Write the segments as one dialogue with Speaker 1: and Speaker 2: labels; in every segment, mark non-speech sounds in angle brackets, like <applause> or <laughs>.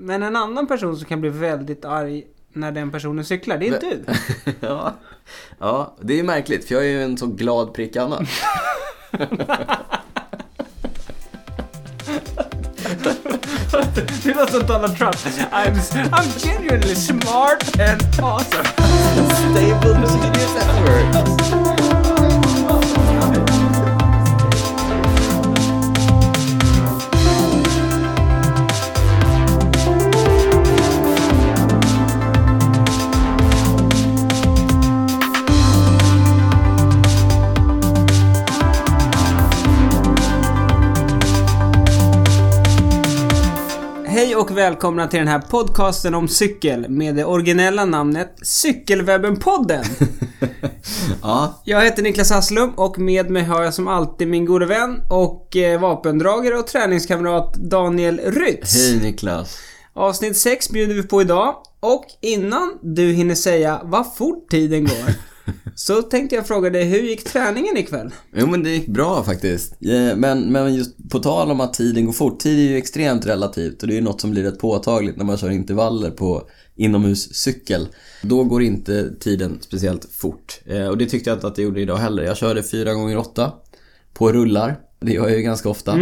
Speaker 1: Men en annan person som kan bli väldigt arg när den personen cyklar, det är du. <laughs>
Speaker 2: <laughs> ja. ja, det är ju märkligt för jag är ju en så glad prick annars.
Speaker 1: Det var som Donald Trump. I'm, I'm genuinely smart and awesome.
Speaker 2: Stable genius at work.
Speaker 1: Hej och välkomna till den här podcasten om cykel med det originella namnet <laughs> Cykelwebben-podden.
Speaker 2: <laughs> Ja,
Speaker 1: Jag heter Niklas Hasslum och med mig har jag som alltid min gode vän och eh, vapendragare och träningskamrat Daniel Rytz.
Speaker 2: hej Niklas.
Speaker 1: Avsnitt 6 bjuder vi på idag och innan du hinner säga vad fort tiden
Speaker 2: <laughs>
Speaker 1: går så tänkte jag fråga dig hur gick träningen ikväll?
Speaker 2: Jo men det gick bra faktiskt. Eh, Men, men just på tal om att tiden går fort. Tid är ju extremt relativt och det är ju något som blir rätt påtagligt när man kör intervaller på inomhuscykel. Då går inte tiden speciellt fort. Eh, Och det tyckte jag inte att det gjorde idag heller. Jag körde 4x8 på rullar. Det gör jag ju ganska ofta.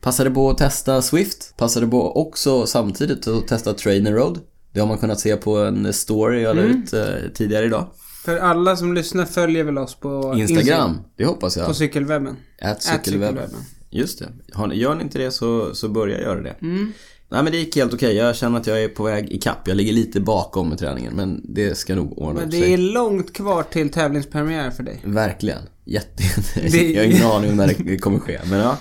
Speaker 2: Passade på att testa Swift. Passade på också samtidigt att testa Trainer Road. Det har man kunnat se på en story jag la ut eh, tidigare idag.
Speaker 1: För alla som lyssnar följer väl oss på
Speaker 2: Instagram, det hoppas jag.
Speaker 1: På cykelwebben.
Speaker 2: Ät
Speaker 1: cykelwebben.
Speaker 2: cykelwebben. Just det. Har ni- Gör ni inte det så, så börja göra det.
Speaker 1: Mm.
Speaker 2: Nej men det gick helt okej. Jag känner att jag är på väg ikapp. Jag ligger lite bakom med träningen men det ska nog ordna
Speaker 1: Men
Speaker 2: upp
Speaker 1: det är
Speaker 2: sig.
Speaker 1: långt kvar till tävlingspremiär för dig.
Speaker 2: Verkligen. Jätte...
Speaker 1: Det-
Speaker 2: <laughs> Jag har ingen aning om när det kommer ske. Men ja.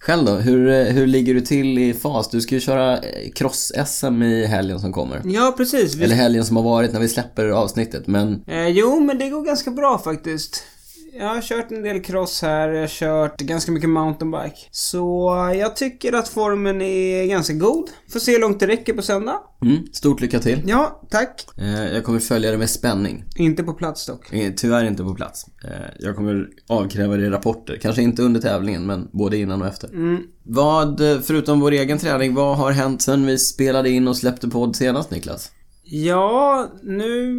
Speaker 2: Själv då? Hur, eh, hur ligger du till i fas? Du ska ju köra eh, cross-SM i helgen som kommer.
Speaker 1: Ja, precis. Vi...
Speaker 2: Eller helgen som har varit när vi släpper avsnittet men
Speaker 1: Eh, jo, men det går ganska bra faktiskt. Jag har kört en del cross här, jag har kört ganska mycket mountainbike. Så jag tycker att formen är ganska god. Får se hur långt det räcker på söndag.
Speaker 2: mm, stort lycka till.
Speaker 1: Ja, tack.
Speaker 2: Eh, Jag kommer följa det med spänning.
Speaker 1: Inte på plats dock.
Speaker 2: Eh, Tyvärr inte på plats. Eh, Jag kommer avkräva dig rapporter. Kanske inte under tävlingen, men både innan och efter.
Speaker 1: Mm.
Speaker 2: Vad, eh, förutom vår egen träning, vad har hänt sen vi spelade in och släppte podd senast Niklas?
Speaker 1: Ja, nu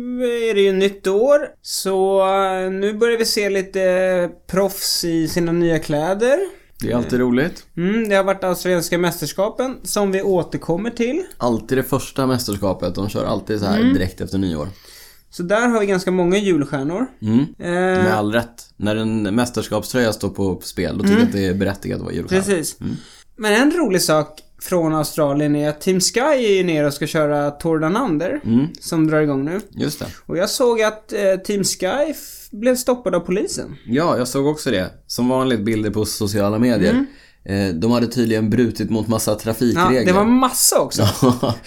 Speaker 1: är det ju nytt år. Så eh, nu börjar vi se lite proffs i sina nya kläder.
Speaker 2: Det är alltid roligt.
Speaker 1: Mm, det har varit Allsvenska mästerskapen som vi återkommer till.
Speaker 2: Alltid det första mästerskapet. De kör alltid så här
Speaker 1: Mm.
Speaker 2: direkt efter nyår.
Speaker 1: Så där har vi ganska många julstjärnor.
Speaker 2: Mm.
Speaker 1: Eh,
Speaker 2: Med all rätt. När en mästerskapströja står på spel, då tycker jag att det är berättigat att vara julstjärna.
Speaker 1: Mm. Precis. Men en rolig sak från Australien är att Team Sky är ju nere och ska köra Tour Down Under. Som drar igång nu.
Speaker 2: Just det.
Speaker 1: Och jag såg att eh, Team Sky f- blev stoppad av polisen.
Speaker 2: Ja, jag såg också det. Som vanligt bilder på sociala medier. Eh, De hade tydligen brutit mot massa
Speaker 1: Mm. Ja,
Speaker 2: trafikregler.
Speaker 1: det
Speaker 2: <laughs>
Speaker 1: var massa också.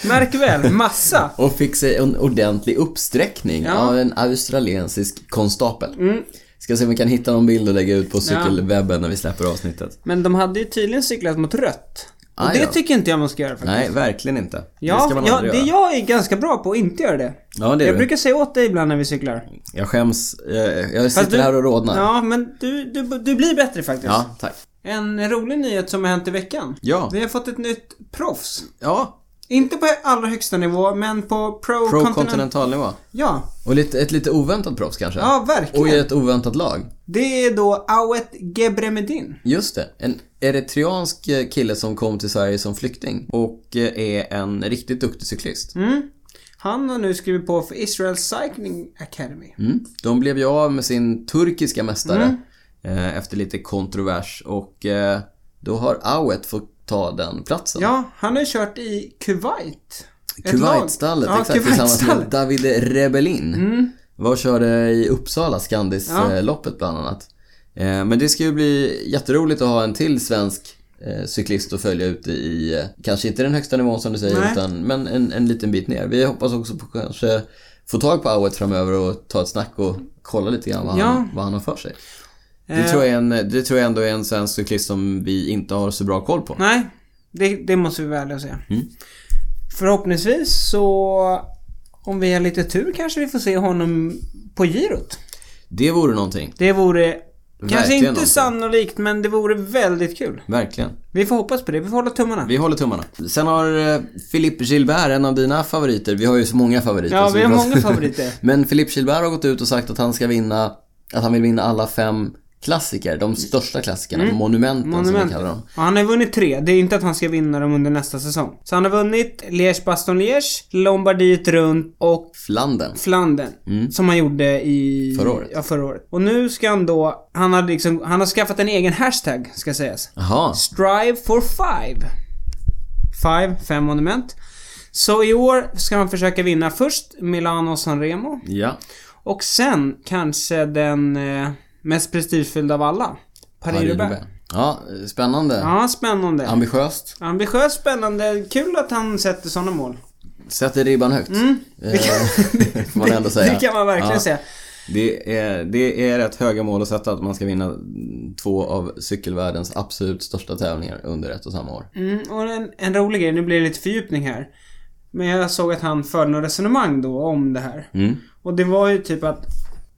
Speaker 1: Märk väl, massa.
Speaker 2: Och fick sig en ordentlig uppsträckning
Speaker 1: Ja. Mm.
Speaker 2: av en australiensisk konstapel. Ska se om vi kan hitta någon bild och lägga ut på cykelwebben när vi släpper avsnittet.
Speaker 1: Men de hade ju tydligen cyklat mot rött. Och
Speaker 2: Aj
Speaker 1: det
Speaker 2: då.
Speaker 1: tycker inte jag man ska göra faktiskt.
Speaker 2: Ah, Nej, verkligen inte. det ska
Speaker 1: Ja,
Speaker 2: man
Speaker 1: ja,
Speaker 2: aldrig
Speaker 1: det
Speaker 2: göra.
Speaker 1: jag är ganska bra på att inte göra det.
Speaker 2: Ja, det är
Speaker 1: Jag
Speaker 2: du.
Speaker 1: brukar säga åt dig ibland när vi cyklar.
Speaker 2: Jag skäms. Jag, jag sitter
Speaker 1: du-
Speaker 2: här och rodnar. Ja.
Speaker 1: Ja, men du, du, du blir bättre faktiskt.
Speaker 2: tack.
Speaker 1: En rolig nyhet som har hänt i veckan.
Speaker 2: Ja.
Speaker 1: Vi har fått ett nytt proffs.
Speaker 2: Ja,
Speaker 1: Inte på allra högsta nivå, men på pro,
Speaker 2: pro
Speaker 1: continent-
Speaker 2: kontinental nivå.
Speaker 1: Ja,
Speaker 2: Och lite, ett lite oväntat proffs kanske.
Speaker 1: ja verkligen.
Speaker 2: och i ett oväntat lag.
Speaker 1: Det är då Awet Gebremedin.
Speaker 2: Just det. En eritreansk eh, kille som kom till Sverige som flykting och eh, är en riktigt duktig cyklist.
Speaker 1: Han har nu skrivit på för Israel Cycling Academy.
Speaker 2: Mm. De blev ju av med sin turkiska mästare eh, efter lite kontrovers och eh, då har Awet fått ta den platsen.
Speaker 1: Ja, han har ju kört i Kuwait. Ett
Speaker 2: Kuwaitstallet,
Speaker 1: lag.
Speaker 2: exakt, tillsammans med
Speaker 1: Kuwaitstallet. Mm.
Speaker 2: David Rebellin. Var och körde i Uppsala, Skandis-loppet bland annat. Eh, men det ska ju bli jätteroligt att ha en till svensk eh, cyklist att följa ute i, eh, kanske inte den högsta nivån som du
Speaker 1: Nej.
Speaker 2: säger, utan, men en, en liten bit ner. Vi hoppas också på kanske få tag på Awet framöver och ta ett snack och kolla lite grann vad,
Speaker 1: Ja.
Speaker 2: han, vad han har för sig.
Speaker 1: Eh.
Speaker 2: Det tror, jag är en, det tror jag ändå är en svensk cyklist som vi inte har så bra koll på.
Speaker 1: Nej, det, det måste vi välja och säga.
Speaker 2: Mm.
Speaker 1: Förhoppningsvis så... Om vi har lite tur kanske vi får se honom på girot.
Speaker 2: Det vore någonting.
Speaker 1: Det vore Kanske
Speaker 2: Verkligen
Speaker 1: inte
Speaker 2: någonting.
Speaker 1: sannolikt, men det vore väldigt kul.
Speaker 2: Verkligen.
Speaker 1: Vi får hoppas på det. Vi får hålla tummarna.
Speaker 2: Vi håller tummarna. Sen har eh, Philippe Gilbert, en av dina favoriter. Vi har ju så många favoriter.
Speaker 1: Ja,
Speaker 2: så
Speaker 1: vi har
Speaker 2: pratar-
Speaker 1: många favoriter.
Speaker 2: <laughs> Men Philippe Gilbert har gått ut och sagt att han ska vinna, att han vill vinna alla fem klassiker. De största klassikerna,
Speaker 1: Mm.
Speaker 2: monumenten som vi kallar dem.
Speaker 1: Och han har vunnit tre. Det är inte att han ska vinna dem under nästa säsong. Så han har vunnit Liège-Baston-Liège, Lombardiet runt och
Speaker 2: Flandern.
Speaker 1: Flandern. Som han gjorde i...
Speaker 2: Mm. Förra året.
Speaker 1: Ja, förra året. Och nu ska han då... Han har liksom... Han har skaffat en egen hashtag, ska sägas.
Speaker 2: Jaha.
Speaker 1: Strive for five. Five, fem monument. Så i år ska han försöka vinna först Milano Sanremo.
Speaker 2: Ja.
Speaker 1: Och sen kanske den eh, mest prestigefyllda av alla. Paris-Roubaix.
Speaker 2: Paris-Roubaix. Ja, spännande.
Speaker 1: Ja, spännande.
Speaker 2: Ambitiöst.
Speaker 1: Ambitiös, spännande. Kul att han sätter sådana mål.
Speaker 2: Sätter ribban högt. Det <laughs> får man ändå säga.
Speaker 1: Det Mm. kan man verkligen
Speaker 2: Ja.
Speaker 1: säga.
Speaker 2: Det är, det är rätt höga mål att sätta att man ska vinna två av cykelvärldens absolut största tävlingar under ett och samma år.
Speaker 1: Mm, och en, en rolig grej, nu blir det lite fördjupning här. Men jag såg att han förde några resonemang då om det här.
Speaker 2: Mm.
Speaker 1: Och det var ju typ att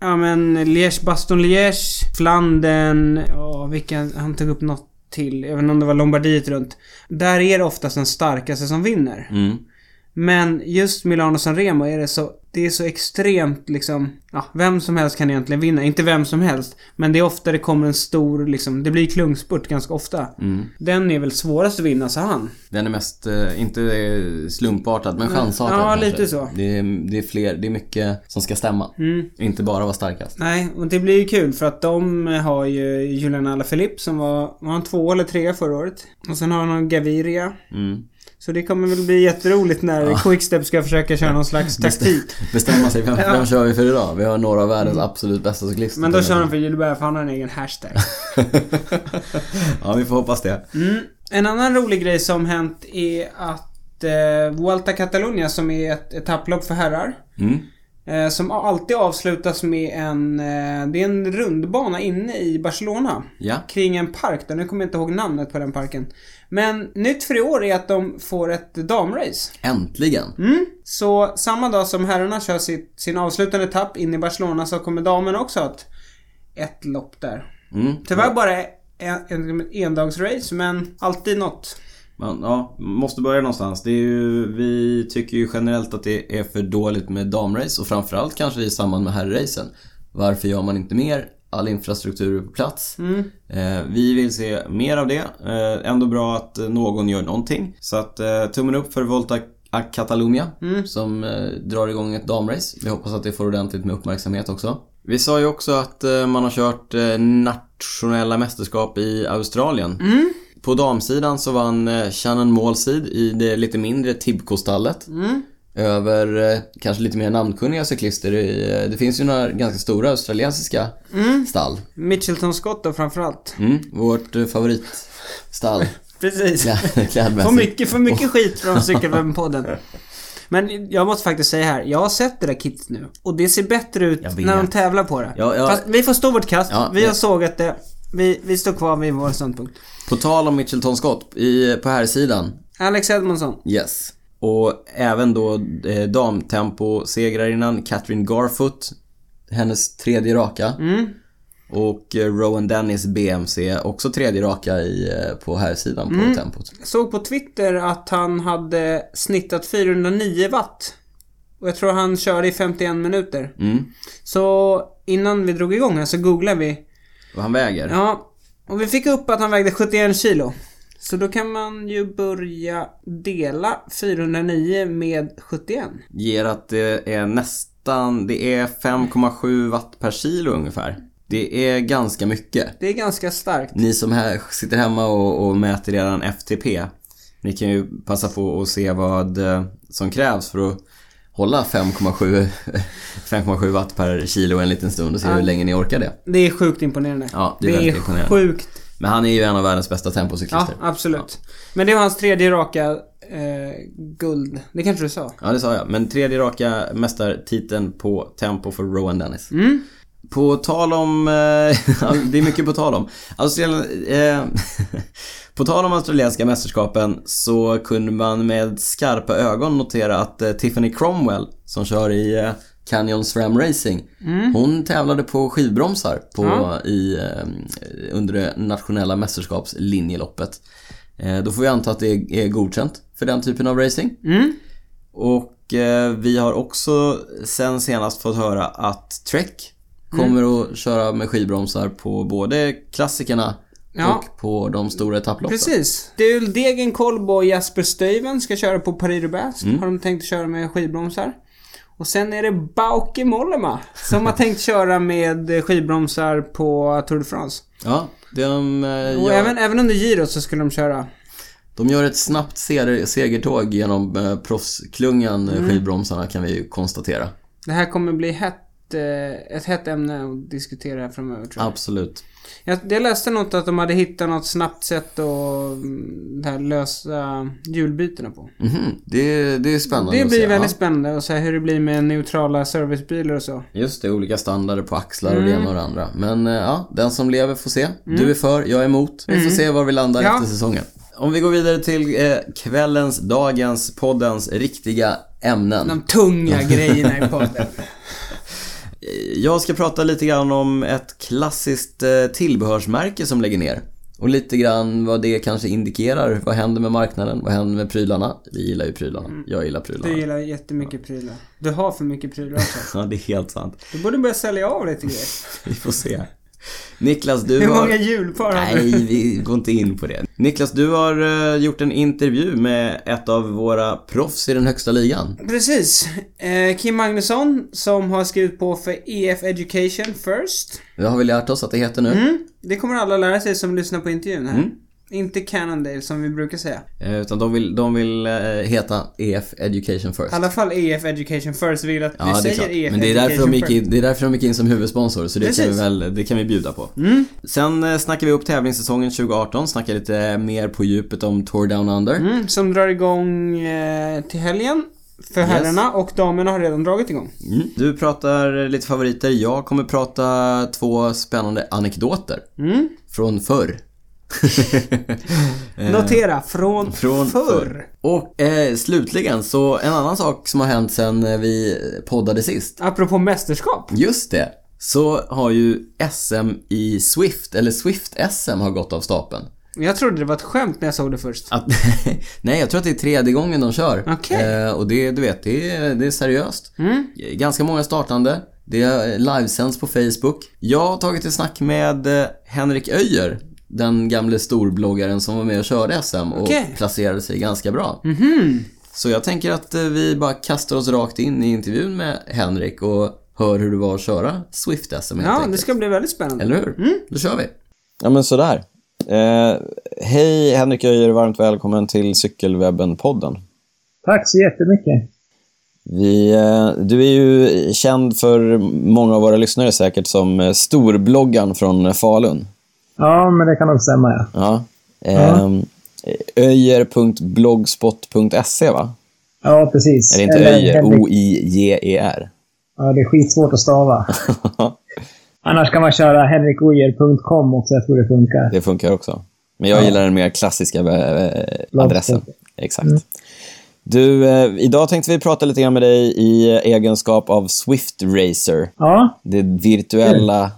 Speaker 1: Ja men Liège, Baston Liège, Flandern, ja vilka, han tog upp något till, även om det var Lombardiet runt. Där är det oftast den starkaste som vinner.
Speaker 2: Mm.
Speaker 1: Men just Milano Sanremo är det så, det är så extremt liksom, ja vem som helst kan egentligen vinna. Inte vem som helst, men det är ofta det kommer en stor liksom, det blir klungspurt ganska ofta. Den är väl svårast att vinna, sa han.
Speaker 2: Den är mest, eh, inte eh, slumpartad, men chansartad
Speaker 1: Mm. Ja,
Speaker 2: kanske.
Speaker 1: lite så. Mm.
Speaker 2: Det är, det är fler, det är mycket som ska stämma. Inte bara vara starkast.
Speaker 1: Nej, och det blir ju kul för att de har ju Julian Alaphilippe som var, var han två eller tre förra året? Och sen har de Gaviria.
Speaker 2: Mm.
Speaker 1: Så det kommer väl bli jätteroligt när Quickstep ska försöka köra någon slags taktik.
Speaker 2: Bestämma sig,
Speaker 1: <laughs>
Speaker 2: vem, vem kör vi för idag? Vi har några av världens absolut bästa cyklister.
Speaker 1: Mm. Men då
Speaker 2: <laughs>
Speaker 1: kör de för Gilbert för han har en egen hashtag.
Speaker 2: ja, vi får hoppas det.
Speaker 1: Mm. En annan rolig grej som hänt är att eh, Vuelta Catalunya som är ett etapplopp för herrar.
Speaker 2: Mm.
Speaker 1: Eh, som alltid avslutas med en... Eh, det är en rundbana inne i Barcelona.
Speaker 2: Ja.
Speaker 1: Kring en park där. Nu kommer jag inte ihåg namnet på den parken. Men nytt för i år är att de får ett damrace.
Speaker 2: Äntligen.
Speaker 1: Mm. Så samma dag som herrarna kör sitt, sin avslutande etapp in i Barcelona så kommer damerna också ha ett, ett lopp där.
Speaker 2: Mm.
Speaker 1: Tyvärr bara en, en, endagsrace men alltid något.
Speaker 2: Man, ja, måste börja någonstans. Det är ju, vi tycker ju generellt att det är för dåligt med damrace och framförallt kanske i samband med herrracen. Varför gör man inte mer? All infrastruktur är på plats. Eh, vi vill se mer av det. Eh, ändå bra att eh, någon gör någonting. Så att eh, tummen upp för Volta a Catalunya som eh, drar igång ett damrace. Vi hoppas att det får ordentligt med uppmärksamhet också. Vi sa ju också att eh, man har kört eh, nationella mästerskap i Australien. På damsidan så vann eh, Shannon Målsid i det lite mindre Tibco-stallet. Över eh, kanske lite mer namnkunniga cyklister. I, eh, det finns ju några ganska stora australiensiska stall.
Speaker 1: Mitchelton Scott då framförallt.
Speaker 2: Mm, vårt eh, favoritstall <laughs>
Speaker 1: Precis.
Speaker 2: klä-
Speaker 1: För
Speaker 2: klädmässigt.
Speaker 1: mycket, för mycket skit
Speaker 2: <laughs>
Speaker 1: från Cykelwebben-podden. Men jag måste faktiskt säga här, jag har sett det där kittet nu. Och det ser bättre
Speaker 2: Jag
Speaker 1: ut
Speaker 2: vet.
Speaker 1: när de tävlar på det.
Speaker 2: Ja, ja.
Speaker 1: Fast vi får stå vårt kast,
Speaker 2: Ja,
Speaker 1: vi
Speaker 2: ja.
Speaker 1: har sågat det. Vi, vi står kvar vid vår ståndpunkt.
Speaker 2: På tal om Mitchelton Scott i, eh, på här sidan
Speaker 1: Alex Edmondsson.
Speaker 2: Yes. Och även då eh, damtempo-segrarinnan Catherine Garfoot. Hennes tredje raka. Och eh, Rowan Dennis BMC, också tredje raka i, eh, på här sidan på tempot.
Speaker 1: Jag såg på Twitter att han hade snittat 409 watt. Och jag tror han körde i 51 minuter.
Speaker 2: Mm.
Speaker 1: Så innan vi drog igång här så googlade vi.
Speaker 2: Och han väger.
Speaker 1: Ja, och vi fick upp att han vägde 71 kilo. Så då kan man ju börja dela 409 med 71.
Speaker 2: Ger att det är nästan, det är 5,7 watt per kilo ungefär. Det är ganska mycket.
Speaker 1: Det är ganska starkt.
Speaker 2: Ni som här sitter hemma och, och mäter redan FTP. Ni kan ju passa på att se vad eh, som krävs för att hålla <laughs> 5,7 5,7 watt per kilo en liten stund och se hur länge ni orkar det.
Speaker 1: Det är sjukt imponerande.
Speaker 2: Ja, det är väldigt imponerande.
Speaker 1: sjukt.
Speaker 2: Men han är ju en av världens bästa
Speaker 1: Ja,
Speaker 2: tempocyklister. Ja.
Speaker 1: absolut. Men det var hans tredje raka eh, guld. Det kanske du sa?
Speaker 2: det sa jag. Men tredje raka mästartiteln på tempo för Rowan Dennis. På tal om... eh, <laughs> ja, det är mycket på tal om. Australien, eh, <laughs> på tal om australienska mästerskapen så kunde man med skarpa ögon notera att eh, Tiffany Cromwell som kör i eh, Canyon SRAM Racing. Hon tävlade på skivbromsar på,
Speaker 1: Ja.
Speaker 2: i, eh, under det nationella mästerskapslinjeloppet. Eh, då får vi anta att det är, är godkänt för den typen av racing.
Speaker 1: Mm.
Speaker 2: Och eh, vi har också sen senast fått höra att Trek kommer
Speaker 1: Mm.
Speaker 2: att köra med skivbromsar på både klassikerna
Speaker 1: Ja.
Speaker 2: och på de stora etapploppen.
Speaker 1: Precis. Dul Degen Kolbo och Jasper Stuyven ska köra på Paris Roubaix.
Speaker 2: Mm.
Speaker 1: Har de tänkt köra med skivbromsar. Och sen är det Bauke Mollema som har tänkt köra med skivbromsar på Tour de France.
Speaker 2: Ja, de, eh,
Speaker 1: Och
Speaker 2: gör,
Speaker 1: även, även under Girot så skulle de köra.
Speaker 2: de gör ett snabbt seger, segertåg genom eh, proffsklungan
Speaker 1: Mm.
Speaker 2: eh, skivbromsarna kan vi ju konstatera.
Speaker 1: Det här kommer bli hett, eh, ett hett ämne att diskutera här framöver tror jag.
Speaker 2: Absolut.
Speaker 1: Jag, jag läste något att de hade hittat något snabbt sätt att mm, det här lösa hjulbytena på.
Speaker 2: Mhm, Det, det är spännande
Speaker 1: Det
Speaker 2: att
Speaker 1: blir
Speaker 2: se.
Speaker 1: väldigt spännande och så här hur det blir med neutrala servicebilar och så.
Speaker 2: ja, Just det, olika standarder på axlar och det
Speaker 1: Mm.
Speaker 2: ena och det andra. Men eh, ja, den som lever får se. Du är för, jag är emot. Vi får se var vi landar
Speaker 1: Mm. Ja.
Speaker 2: efter säsongen. Om vi går vidare till eh, kvällens, dagens, poddens riktiga ämnen.
Speaker 1: De tunga grejerna i podden.
Speaker 2: Eh, Jag ska prata lite grann om ett klassiskt eh, tillbehörsmärke som lägger ner. Och lite grann vad det kanske indikerar. Vad händer med marknaden? Vad händer med prylarna? Vi gillar ju
Speaker 1: Mm.
Speaker 2: prylarna. Jag gillar
Speaker 1: Du
Speaker 2: prylarna.
Speaker 1: gillar jättemycket prylar. Du har för mycket prylar också.
Speaker 2: <laughs> Ja, det är helt sant.
Speaker 1: Du borde börja sälja av lite grejer.
Speaker 2: Vi får se. Niklas, du
Speaker 1: Hur
Speaker 2: har...
Speaker 1: många julpar har du?
Speaker 2: Nej, vi går inte in på det. Niklas, du har eh, gjort en intervju med ett av våra proffs i den högsta ligan.
Speaker 1: Precis. Eh, Kim Magnusson som har skrivit på för EF Education First.
Speaker 2: Det har vi lärt oss att det heter nu.
Speaker 1: Mm. Det kommer alla lära sig som lyssnar på intervjun här.
Speaker 2: Mm.
Speaker 1: Inte Cannondale som vi brukar säga.
Speaker 2: Eh, Utan de vill, de vill eh, heta EF Education First.
Speaker 1: I alla fall EF Education First vill att vi
Speaker 2: Ja, det är
Speaker 1: säger
Speaker 2: klart.
Speaker 1: EF
Speaker 2: Men det är, därför
Speaker 1: Education
Speaker 2: de gick
Speaker 1: First.
Speaker 2: in, det är därför de gick in som huvudsponsor, så det kan, vi
Speaker 1: Precis. Mm.
Speaker 2: väl, det kan vi bjuda på. Sen eh, snackar vi upp tävlingssäsongen 2018, snackar lite mer på djupet om Tour Down Under.
Speaker 1: Mm, som drar igång eh, till helgen. För herrarna och damerna har redan dragit igång.
Speaker 2: Mm. Du pratar lite favoriter, jag kommer prata två spännande anekdoter
Speaker 1: Mm. <laughs>
Speaker 2: från förr.
Speaker 1: Notera, från,
Speaker 2: Eh, Från
Speaker 1: förr.
Speaker 2: Och eh, slutligen, så en annan sak som har hänt sen eh, vi poddade sist.
Speaker 1: Apropå mästerskap.
Speaker 2: Just det. Så har ju SM i Swift, eller Swift-SM har gått av stapeln.
Speaker 1: Jag trodde det var ett skämt när jag såg det först.
Speaker 2: Att, <laughs> nej, jag tror att det är tredje gången de kör.
Speaker 1: Okej. Mm.
Speaker 2: Eh, och det, du vet, det är, det är seriöst. Ganska många startande. Det är eh, livesänds på Facebook. Jag har tagit ett snack med eh, Henrik Öjer den gamle storbloggaren som var med och körde SM och
Speaker 1: Okej. Mhm.
Speaker 2: placerade sig ganska bra. Så jag tänker att eh, vi bara kastar oss rakt in i intervjun med Henrik och hör hur det var att köra Swift-SM helt
Speaker 1: Ja,
Speaker 2: enkelt.
Speaker 1: det ska bli väldigt spännande.
Speaker 2: Eller hur?
Speaker 3: Mm.
Speaker 2: Då kör vi. Ja, men sådär. Eh, hej Henrik Öjer, varmt välkommen till Cykelwebben-podden.
Speaker 3: Tack så jättemycket.
Speaker 2: Vi, eh, du är ju känd för många av våra lyssnare säkert som eh, storbloggan från eh, Falun.
Speaker 3: Ja, men det kan nog stämma. Ja.
Speaker 2: Ja. Ehm, Öjer.blogspot.se va?
Speaker 3: ja, precis.
Speaker 2: Eller inte
Speaker 3: Eller
Speaker 2: Öjer, Oh. <laughs>
Speaker 3: Henrik-
Speaker 2: O-I-J-E-R.
Speaker 3: Ja, det är skitsvårt
Speaker 2: <laughs>
Speaker 3: att stava. Annars kan man köra henrikojer.com också. Jag tror det funkar.
Speaker 2: Det funkar också. Men jag gillar den mer klassiska eh, adressen. Exakt. Du, eh, idag tänkte vi prata lite grann med dig i egenskap av Swift Racer.
Speaker 3: Ja,
Speaker 2: Det virtuella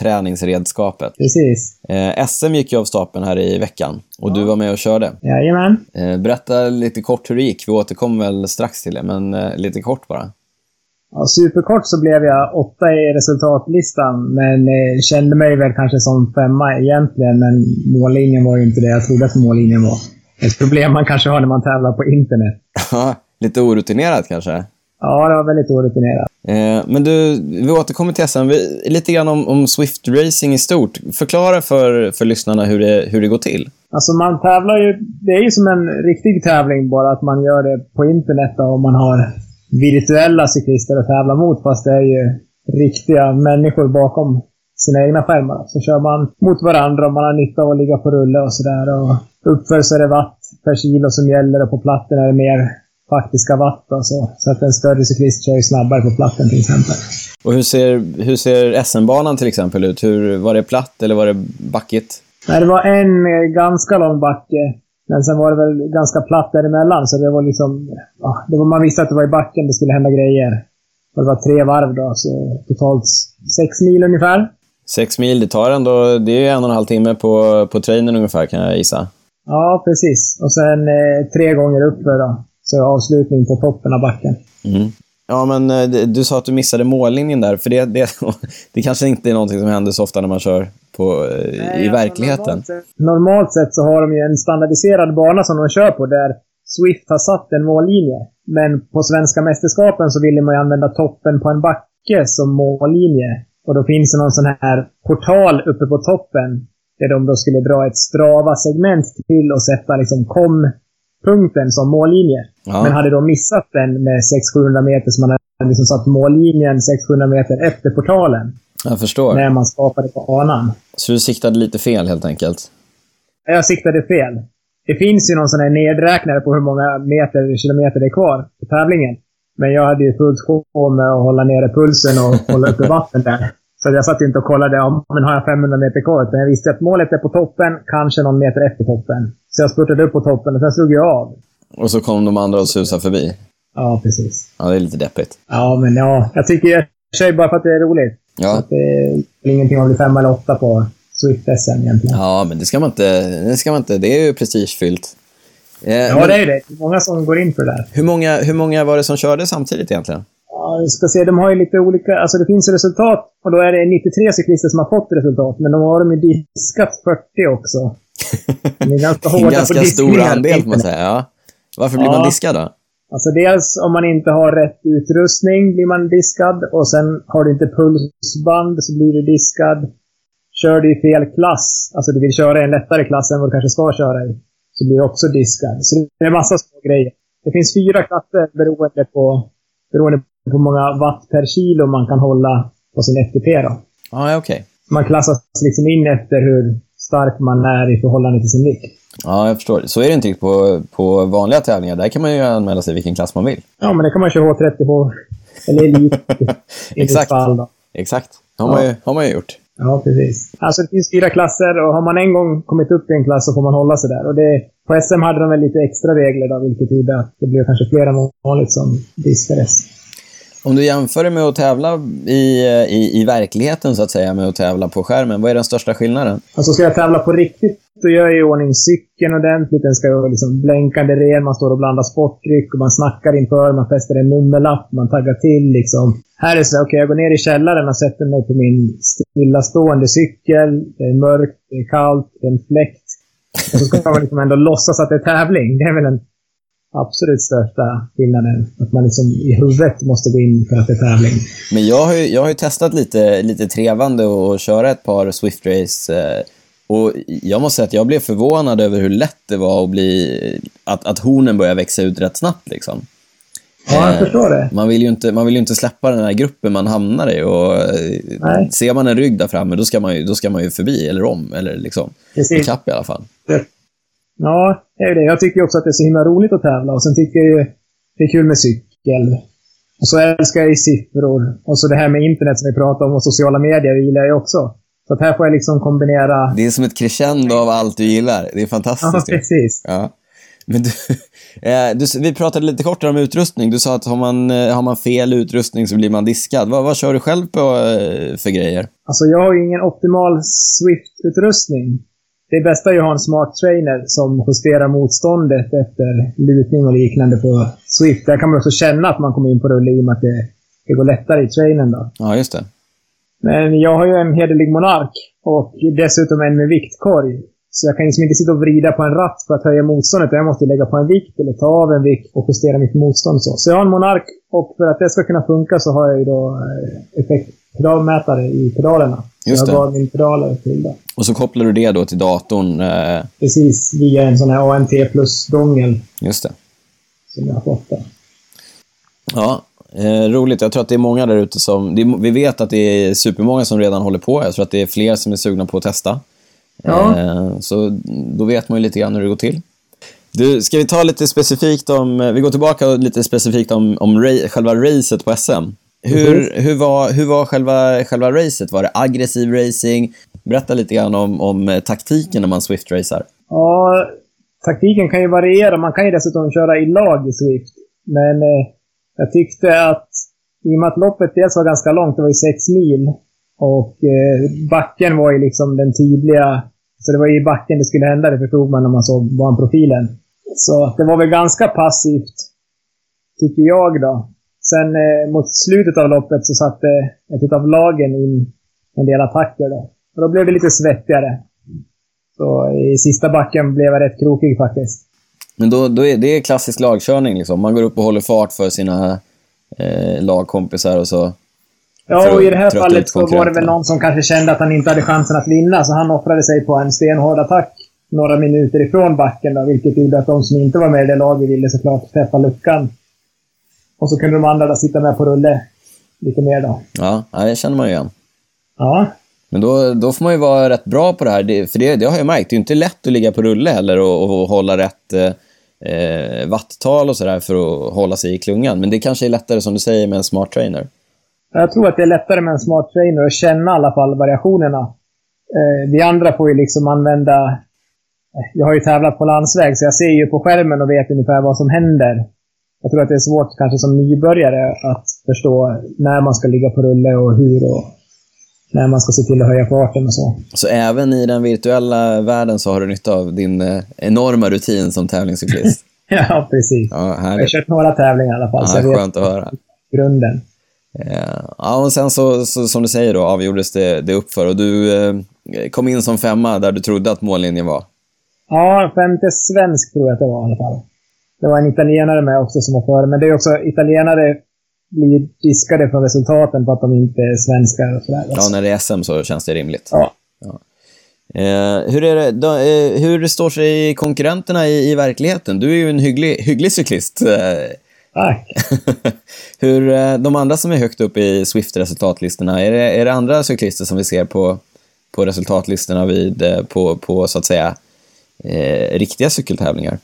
Speaker 2: träningsredskapet.
Speaker 3: precis.
Speaker 2: Eh, SM gick ju av stapeln här i veckan och du var med och körde.
Speaker 3: Jajamän.
Speaker 2: Eh, berätta lite kort hur det gick. Vi återkommer väl strax till det, men eh, lite kort bara. <laughs>
Speaker 3: Ja, superkort så blev jag åtta i resultatlistan, men eh, kände mig väl kanske som femma egentligen. Men mållinjen var ju inte det jag trodde att mållinjen var. Ett problem man kanske har när man tävlar på internet.
Speaker 2: lite orutinerat kanske?
Speaker 3: Ja, det var väldigt orutinerat.
Speaker 2: Eh, Men du, vi återkommer till SM. Vi, lite grann om, om Swift Racing i stort. Förklara för, för lyssnarna hur det, hur det går till.
Speaker 3: Alltså man tävlar ju, det är ju som en riktig tävling bara att man gör det på internet då, och man har virtuella cyklister att tävla mot fast det är ju riktiga människor bakom sina egna skärmar. Så kör man mot varandra och man har nytta av att ligga på rulle och sådär. och Uppför så är det watt per kilo som gäller och på platten är det mer faktiska watt och så. Så att en större cyklist kör ju snabbare på platten till exempel.
Speaker 2: Och hur ser, hur ser SM-banan till exempel ut? Hur, var det platt eller var det backigt?
Speaker 3: Nej, det var en eh, ganska lång backe. Men sen var det väl ganska platt däremellan, så det var liksom... Ja, det var, man visste att det var i backen det skulle hända grejer. det var tre varv då, så totalt sex mil ungefär.
Speaker 2: Sex mil, det tar ändå... Det är ju en och en halv timme på, på trainen ungefär, kan jag gissa.
Speaker 3: Ja, precis. Och sen eh, tre gånger uppför då. Så avslutning på toppen av backen.
Speaker 2: Mm. Ja, men eh, det- du sa att du missade mållinjen där, för det, det, <laughs> det kanske inte är någonting som händer så ofta när man kör på, eh, i verkligheten.
Speaker 3: alltså, Normalt sett, normalt sett så har de ju en standardiserad bana som de kör på där Swift har satt en mållinje. Men på svenska mästerskapen så ville man ju använda toppen på en backe som mållinje. Och då finns det någon sån här portal uppe på toppen där de då skulle dra ett Strava-segment till och sätta liksom kom-punkten som mållinje.
Speaker 2: Ja.
Speaker 3: Men hade då missat den med 600-700 meter så man hade liksom satt mållinjen 600 meter efter portalen
Speaker 2: Jag förstår.
Speaker 3: när man skapade på banan.
Speaker 2: Så du siktade lite fel helt enkelt.
Speaker 3: Jag siktade fel. Det finns ju någon sån här nedräknare på hur många meter, kilometer det är kvar på tävlingen. Men jag hade ju fullt sjå med att hålla nere pulsen och hålla uppe vatten där. Så jag satt ju inte och kollade om men har jag 500 meter kvar. Utan jag visste att målet är på toppen, kanske någon meter efter toppen. Så jag spurtade upp på toppen och sen slog jag av.
Speaker 2: Och så kom de andra och susade förbi.
Speaker 3: Ja, precis.
Speaker 2: Ja, det är lite deppigt.
Speaker 3: Ja, men ja. Jag tycker jag kör ju bara för att det är roligt.
Speaker 2: Ja,
Speaker 3: Att det är ingenting att bli femma eller åtta på Swift-SM egentligen.
Speaker 2: ja men det ska man inte. Det, ska man inte, det är ju prestigefyllt. Eh,
Speaker 3: Ja,
Speaker 2: men
Speaker 3: det är ju det. Det är många som går in för det där.
Speaker 2: hur, många, hur många var det som körde samtidigt egentligen?
Speaker 3: Ja, vi ska se. De har ju lite olika... Alltså det finns ju resultat och då är det 93 cyklister som har fått resultat. Men de har de ju diskat 40
Speaker 2: <laughs>
Speaker 3: också. De är ganska
Speaker 2: En
Speaker 3: hårda på
Speaker 2: ganska stor
Speaker 3: diskningar.
Speaker 2: andel får man säga. Ja. Varför blir
Speaker 3: Ja.
Speaker 2: man diskad då?
Speaker 3: Alltså dels om man inte har rätt utrustning blir man diskad och sen har du inte pulsband så blir du diskad. Kör du i fel klass, alltså du vill köra i en lättare klass än vad du kanske ska köra i, så blir du också diskad. Så det är en massa små grejer. Det finns fyra klasser beroende på, beroende på hur många watt per kilo man kan hålla på sin FTP. Då.
Speaker 2: Ja, ja, okej.
Speaker 3: Man klassas liksom in efter hur stark man är i förhållande till sin vikt.
Speaker 2: Ja, jag förstår. Så är det inte riktigt på, på vanliga tävlingar. Där kan man ju anmäla sig i vilken klass man vill.
Speaker 3: Ja, men det kan man köra H30 på. Eller elit. i ditt
Speaker 2: Exakt.
Speaker 3: fall då.
Speaker 2: Exakt. har, man
Speaker 3: Ja.
Speaker 2: ju, har man ju gjort.
Speaker 3: Ja, precis. Alltså det finns fyra klasser och har man en gång kommit upp i en klass så får man hålla sig där. Och det, på SM hade de väl lite extra regler då, vilket gjorde att det blev kanske fler än vanligt som diskades.
Speaker 2: Om du jämför det med att tävla i, i, i verkligheten, så att säga, med att tävla på skärmen, vad är den största skillnaden?
Speaker 3: Alltså ska jag tävla på riktigt, då gör jag i ordning cykeln ordentligt. Den ska vara liksom blänkande ren, man står och blandar sportdryck och man snackar inför, man fäster en nummerlapp, man taggar till liksom. Här är det så här, okej jag går ner i källaren och sätter mig på min stillastående cykel. Det är mörkt, det är kallt, det är en fläkt. Och så ska man liksom ändå låtsas att det är tävling. Det är väl den absolut största skillnaden. Att man liksom i huvudet måste gå in för att det är tävling.
Speaker 2: Men jag har ju, jag har ju testat lite, lite trevande och, och köra ett par Swift-race. Eh, och jag måste säga att jag blev förvånad över hur lätt det var att bli... Att, att hornen började växa ut rätt snabbt. Liksom.
Speaker 3: Ja, jag förstår det.
Speaker 2: Man, vill ju inte, man vill ju inte släppa den här gruppen man hamnar i. Och, eh,
Speaker 3: Nej.
Speaker 2: ser man en rygg där framme, då ska man ju, då ska man ju förbi eller om. Eller liksom,
Speaker 3: Precis.
Speaker 2: ikapp i alla fall.
Speaker 3: Ja, det är ju det. Jag tycker ju också att det är så himla roligt att tävla. Och sen tycker jag ju det är kul med cykel. Och så älskar jag ju siffror. Och så det här med internet som vi pratade om och sociala medier gillar jag ju också. Så att här får jag liksom kombinera...
Speaker 2: Det är som ett crescendo av allt du gillar. Det är
Speaker 3: Ja,
Speaker 2: fantastiskt. ju.
Speaker 3: precis.
Speaker 2: Ja. Men du, <laughs> eh, du, vi pratade lite kortare om utrustning. Du sa att har man, eh, har man fel utrustning så blir man diskad. Vad, vad kör du själv på eh, för grejer?
Speaker 3: Alltså jag har ju ingen optimal Swift-utrustning. Det bästa är ju att ha en smart trainer som justerar motståndet efter lutning och liknande på Swift. Där kan man också känna att man kommer in på rulle i och med att det, det går lättare i trainern då.
Speaker 2: Ja, just det.
Speaker 3: Men jag har ju en hederlig monark och dessutom en med viktkorg. Så jag kan liksom inte sitta och vrida på en ratt för att höja motståndet. Jag måste lägga på en vikt eller ta av en vikt och justera mitt motstånd. Så, så jag har en monark och för att det ska kunna funka så har jag ju då eh, effektpedalmätare i pedalerna. Så
Speaker 2: Just
Speaker 3: jag
Speaker 2: det.
Speaker 3: gav min pedaler till det.
Speaker 2: Och så kopplar du det då till datorn. Eh,
Speaker 3: Precis via en sån här ANT plus-dongel
Speaker 2: just det.
Speaker 3: som jag har fått. Där.
Speaker 2: Ja, eh, roligt. Jag tror att det är många där ute som... Det är, vi vet att det är supermånga som redan håller på. Jag tror att det är fler som är sugna på att testa.
Speaker 3: Ja.
Speaker 2: Eh, så då vet man ju lite grann hur det går till. Du, ska vi ta lite specifikt om... eh, Vi går tillbaka lite specifikt om, om ra- själva racet på SM. Hur, hur, var, hur var själva, själva racet? Var det aggressiv racing? Berätta lite grann om, om eh, taktiken när man Swift-racear.
Speaker 3: Ja, taktiken kan ju variera. Man kan ju dessutom köra i lag i Swift. Men eh, jag tyckte att i och med att loppet dels var ganska långt, det var ju sex mil, och eh, backen var ju liksom den tydliga... Så det var ju i backen det skulle hända, det förstod man när man såg banprofilen. Så att det var väl ganska passivt, tycker jag då. Sen eh, mot slutet av loppet så satte ett av lagen in en del attacker då. Och då blev det lite svettigare. Så i sista backen blev jag rätt krokig faktiskt.
Speaker 2: Men då, då är det är klassisk lagkörning. Liksom. Man går upp och håller fart för sina eh, lagkompisar och så...
Speaker 3: Ja,
Speaker 2: för
Speaker 3: och
Speaker 2: att
Speaker 3: i det här
Speaker 2: trötta
Speaker 3: fallet
Speaker 2: ut
Speaker 3: så var det väl
Speaker 2: konkurrenterna.
Speaker 3: någon som kanske kände att han inte hade chansen att vinna, så han offrade sig på en stenhård attack några minuter ifrån backen, då, vilket gjorde att de som inte var med i det laget ville såklart täppa luckan. Och så kunde de andra då sitta med på rulle lite mer då.
Speaker 2: Ja, ja, det känner man ju igen.
Speaker 3: Ja,
Speaker 2: Men då, då får man ju vara rätt bra på det här. Det, för det, det har jag märkt. Det är ju inte lätt att ligga på rulle heller och, och, hålla rätt eh, eh, watttal och sådär för att hålla sig i klungan. Men det kanske är lättare, som du säger, med en smart trainer.
Speaker 3: Jag tror att det är lättare med en smart trainer att känna i alla fall variationerna. Eh, vi andra får ju liksom använda... Jag har ju tävlat på landsväg, så jag ser ju på skärmen och vet ungefär vad som händer. Jag tror att det är svårt kanske som nybörjare att förstå när man ska ligga på rulle och hur och när man ska se till att höja farten och så. <laughs>
Speaker 2: Så även i den virtuella världen så har du nytta av din eh, enorma rutin som tävlingscyklist.
Speaker 3: Ja, precis.
Speaker 2: Ja,
Speaker 3: Jag har
Speaker 2: härligt.
Speaker 3: kört några tävlingar i alla fall, så
Speaker 2: Ja,
Speaker 3: jag vet
Speaker 2: skönt att höra.
Speaker 3: grunden.
Speaker 2: Eh, Ja, och sen så, så som du säger då, avgjordes det, det uppför och du eh, kom in som femma där du trodde att mållinjen var.
Speaker 3: Ja, femte svensk tror jag att det var i alla fall. Det var en italienare med också som var före, men det är också italienare blir diskade från resultaten för att de inte är svenskar och sådär.
Speaker 2: Ja, när det är SM så känns det rimligt.
Speaker 3: Ja.
Speaker 2: Eh, hur, är det, då, eh, hur står sig konkurrenterna i, i verkligheten? Du är ju en hygglig, hygglig cyklist. eh. <laughs>
Speaker 3: Tack.
Speaker 2: hur, eh, de andra som är högt upp i Swift-resultatlistorna, är det, är det andra cyklister som vi ser på, på resultatlistorna vid, eh, på, på så att säga, eh, riktiga cykeltävlingar?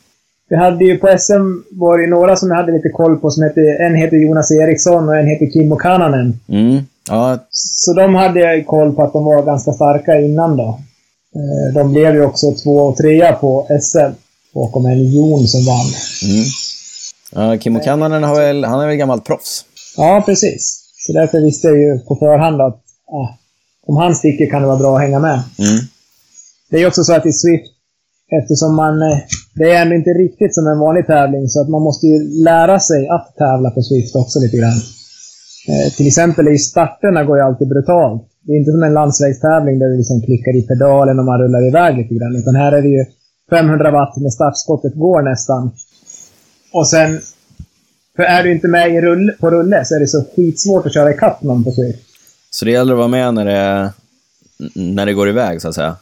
Speaker 3: Vi hade ju på SM var det ju några som jag hade lite koll på. Som hette, en heter Jonas Eriksson och en heter Kimmo Kananen.
Speaker 2: Mm. Ja,
Speaker 3: Så de hade jag ju koll på att de var ganska starka innan då. Eh, De blev ju också två och trea på SM. Bakom en Jon som vann.
Speaker 2: Mm. Ja, Kimmo Kannanen har väl, han är väl gammalt proffs.
Speaker 3: Ja, precis. Så därför visste jag ju på förhand att ja, om han sticker kan det vara bra att hänga med. Det är ju också så att i Swift, eftersom man... eh, Det är ändå inte riktigt som en vanlig tävling, så att man måste ju lära sig att tävla på Swift också lite grann. Eh, till exempel i starterna går ju alltid brutalt. Det är inte som en landsvägstävling där du liksom klickar i pedalen och man rullar iväg lite grann. Utan här är det ju 500 watt när startskottet går nästan. Och sen... För är du inte med i rull, på rulle så är det så skitsvårt att köra ikapp någon på Swift.
Speaker 2: Så det gäller att vara med när det, n- när det går iväg, så att säga.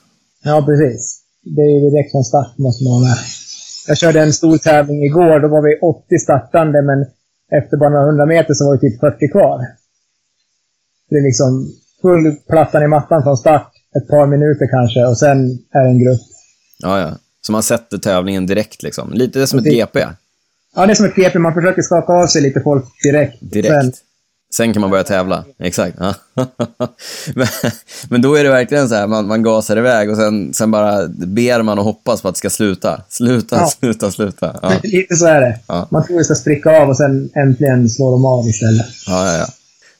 Speaker 3: Ja, precis. Det är ju direkt från start måste man vara med. Jag körde en stor tävling igår. Då var vi 80 startande, men efter bara några hundra meter så var det typ 40 kvar. Det är liksom full plattan i mattan från start, ett par minuter kanske, och sen är det en grupp.
Speaker 2: Ja, ja. Så man sätter tävlingen direkt, liksom. Lite som ett
Speaker 3: Precis.
Speaker 2: GP.
Speaker 3: Ja, det är som ett GP. Man försöker skaka av sig lite folk direkt. Men,
Speaker 2: Direkt. Sen kan man börja tävla. Exakt. Ja. <laughs> men, men då är det verkligen så här, man, man gasar iväg och sen, sen bara ber man och hoppas på att det ska sluta. Sluta,
Speaker 3: Ja.
Speaker 2: sluta, sluta. Ja.
Speaker 3: lite så är det.
Speaker 2: Ja.
Speaker 3: Man tror det ska spricka av och sen äntligen slår de av istället.
Speaker 2: Ja, ja, ja.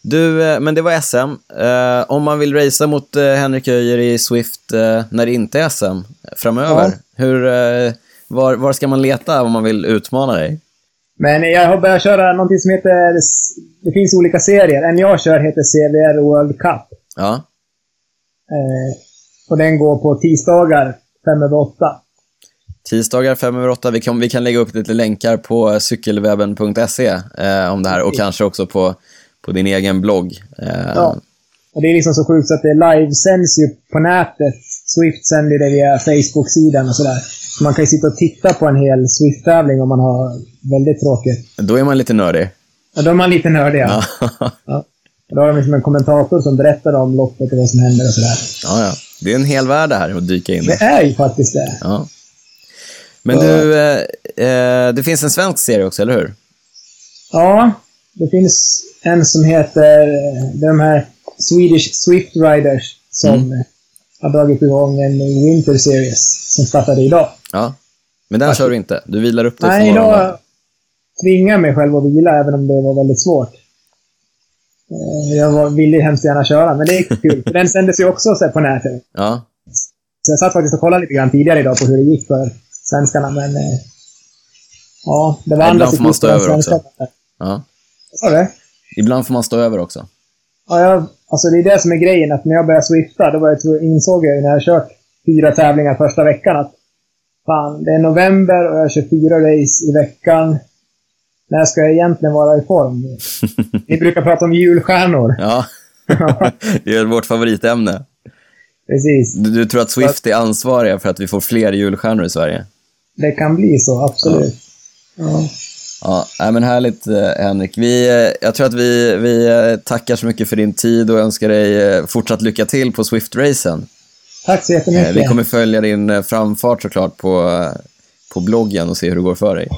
Speaker 2: Du, eh, men det var SM. Eh, om man vill racea mot eh, Henrik Öijer i Swift eh, när det inte är SM framöver,
Speaker 3: Ja.
Speaker 2: hur, eh, var, var ska man leta om man vill utmana dig?
Speaker 3: Men jag har börjat köra någonting som heter... Det finns olika serier. En jag kör heter CVR World Cup.
Speaker 2: Ja,
Speaker 3: Eh, och den går på tisdagar fem över åtta.
Speaker 2: tisdagar fem över åtta. Vi kan, vi kan lägga upp lite länkar på eh, cykelwebben.se eh, om det här och kanske också på, på din egen blogg. Eh,
Speaker 3: Ja. Och det är liksom så sjukt så att det livesänds ju på nätet. Swift sänder det via Facebook-sidan och sådär. Så man kan ju sitta och titta på en hel Swift-tävling om man har väldigt tråkigt.
Speaker 2: Då är man lite nördig.
Speaker 3: Ja, då är man lite nördig. Ja.
Speaker 2: ja,
Speaker 3: Ja. Då har de liksom en kommentator som berättar om loppet och vad som händer och sådär.
Speaker 2: <laughs> ja. Det är en hel värld det här att dyka in i.
Speaker 3: Det är ju faktiskt det.
Speaker 2: Ja. Men du, eh, eh, det finns en svensk serie också, eller hur?
Speaker 3: Ja, det finns en som heter eh, de här Swedish Swift Riders som
Speaker 4: Mm.
Speaker 3: eh, har dragit igång en Winter Series som startade idag.
Speaker 2: Ja. Men den kör du inte? Du vilar upp dig
Speaker 3: Nej,
Speaker 2: för morgonen?
Speaker 3: idag tvingar jag mig själv att vila även om det var väldigt svårt. Eh, Jag var, ville ju hemskt gärna köra, men det
Speaker 4: <laughs>
Speaker 3: gick kul. För den sändes ju också så här, på nätet.
Speaker 4: Ja.
Speaker 3: Så jag satt faktiskt och kollade lite grann tidigare idag på hur det gick för svenskarna, men... eh, Ja, det var
Speaker 4: Ja,
Speaker 3: andra
Speaker 4: ibland får man
Speaker 3: cyklister än
Speaker 4: stå över också.
Speaker 3: svenskarna.
Speaker 4: ja.
Speaker 3: Vad sa du?
Speaker 4: Ibland får man stå över också.
Speaker 3: Ja, jag, alltså det är det som är grejen. Att när jag började swifta, då var jag, tror- insåg jag ju när jag kört fyra tävlingar första veckan att fan, det är november och jag kör fyra race i veckan. När ska jag egentligen vara i form? Vi brukar prata om julstjärnor. <laughs>
Speaker 4: Ja. det är vårt favoritämne.
Speaker 3: Precis.
Speaker 4: Du, du tror att Swift är ansvariga för att vi får fler julstjärnor i Sverige?
Speaker 3: Det kan bli så, absolut. Ja.
Speaker 4: Ja, nej, men härligt eh, Henrik. Vi, eh, jag tror att vi, vi eh, tackar så mycket för din tid och önskar dig eh, fortsatt lycka till på Swift-racen.
Speaker 3: Tack så
Speaker 4: Eh,
Speaker 3: jättemycket.
Speaker 4: Vi kommer följa din eh, framfart såklart på, eh, på bloggen och se hur det går för dig.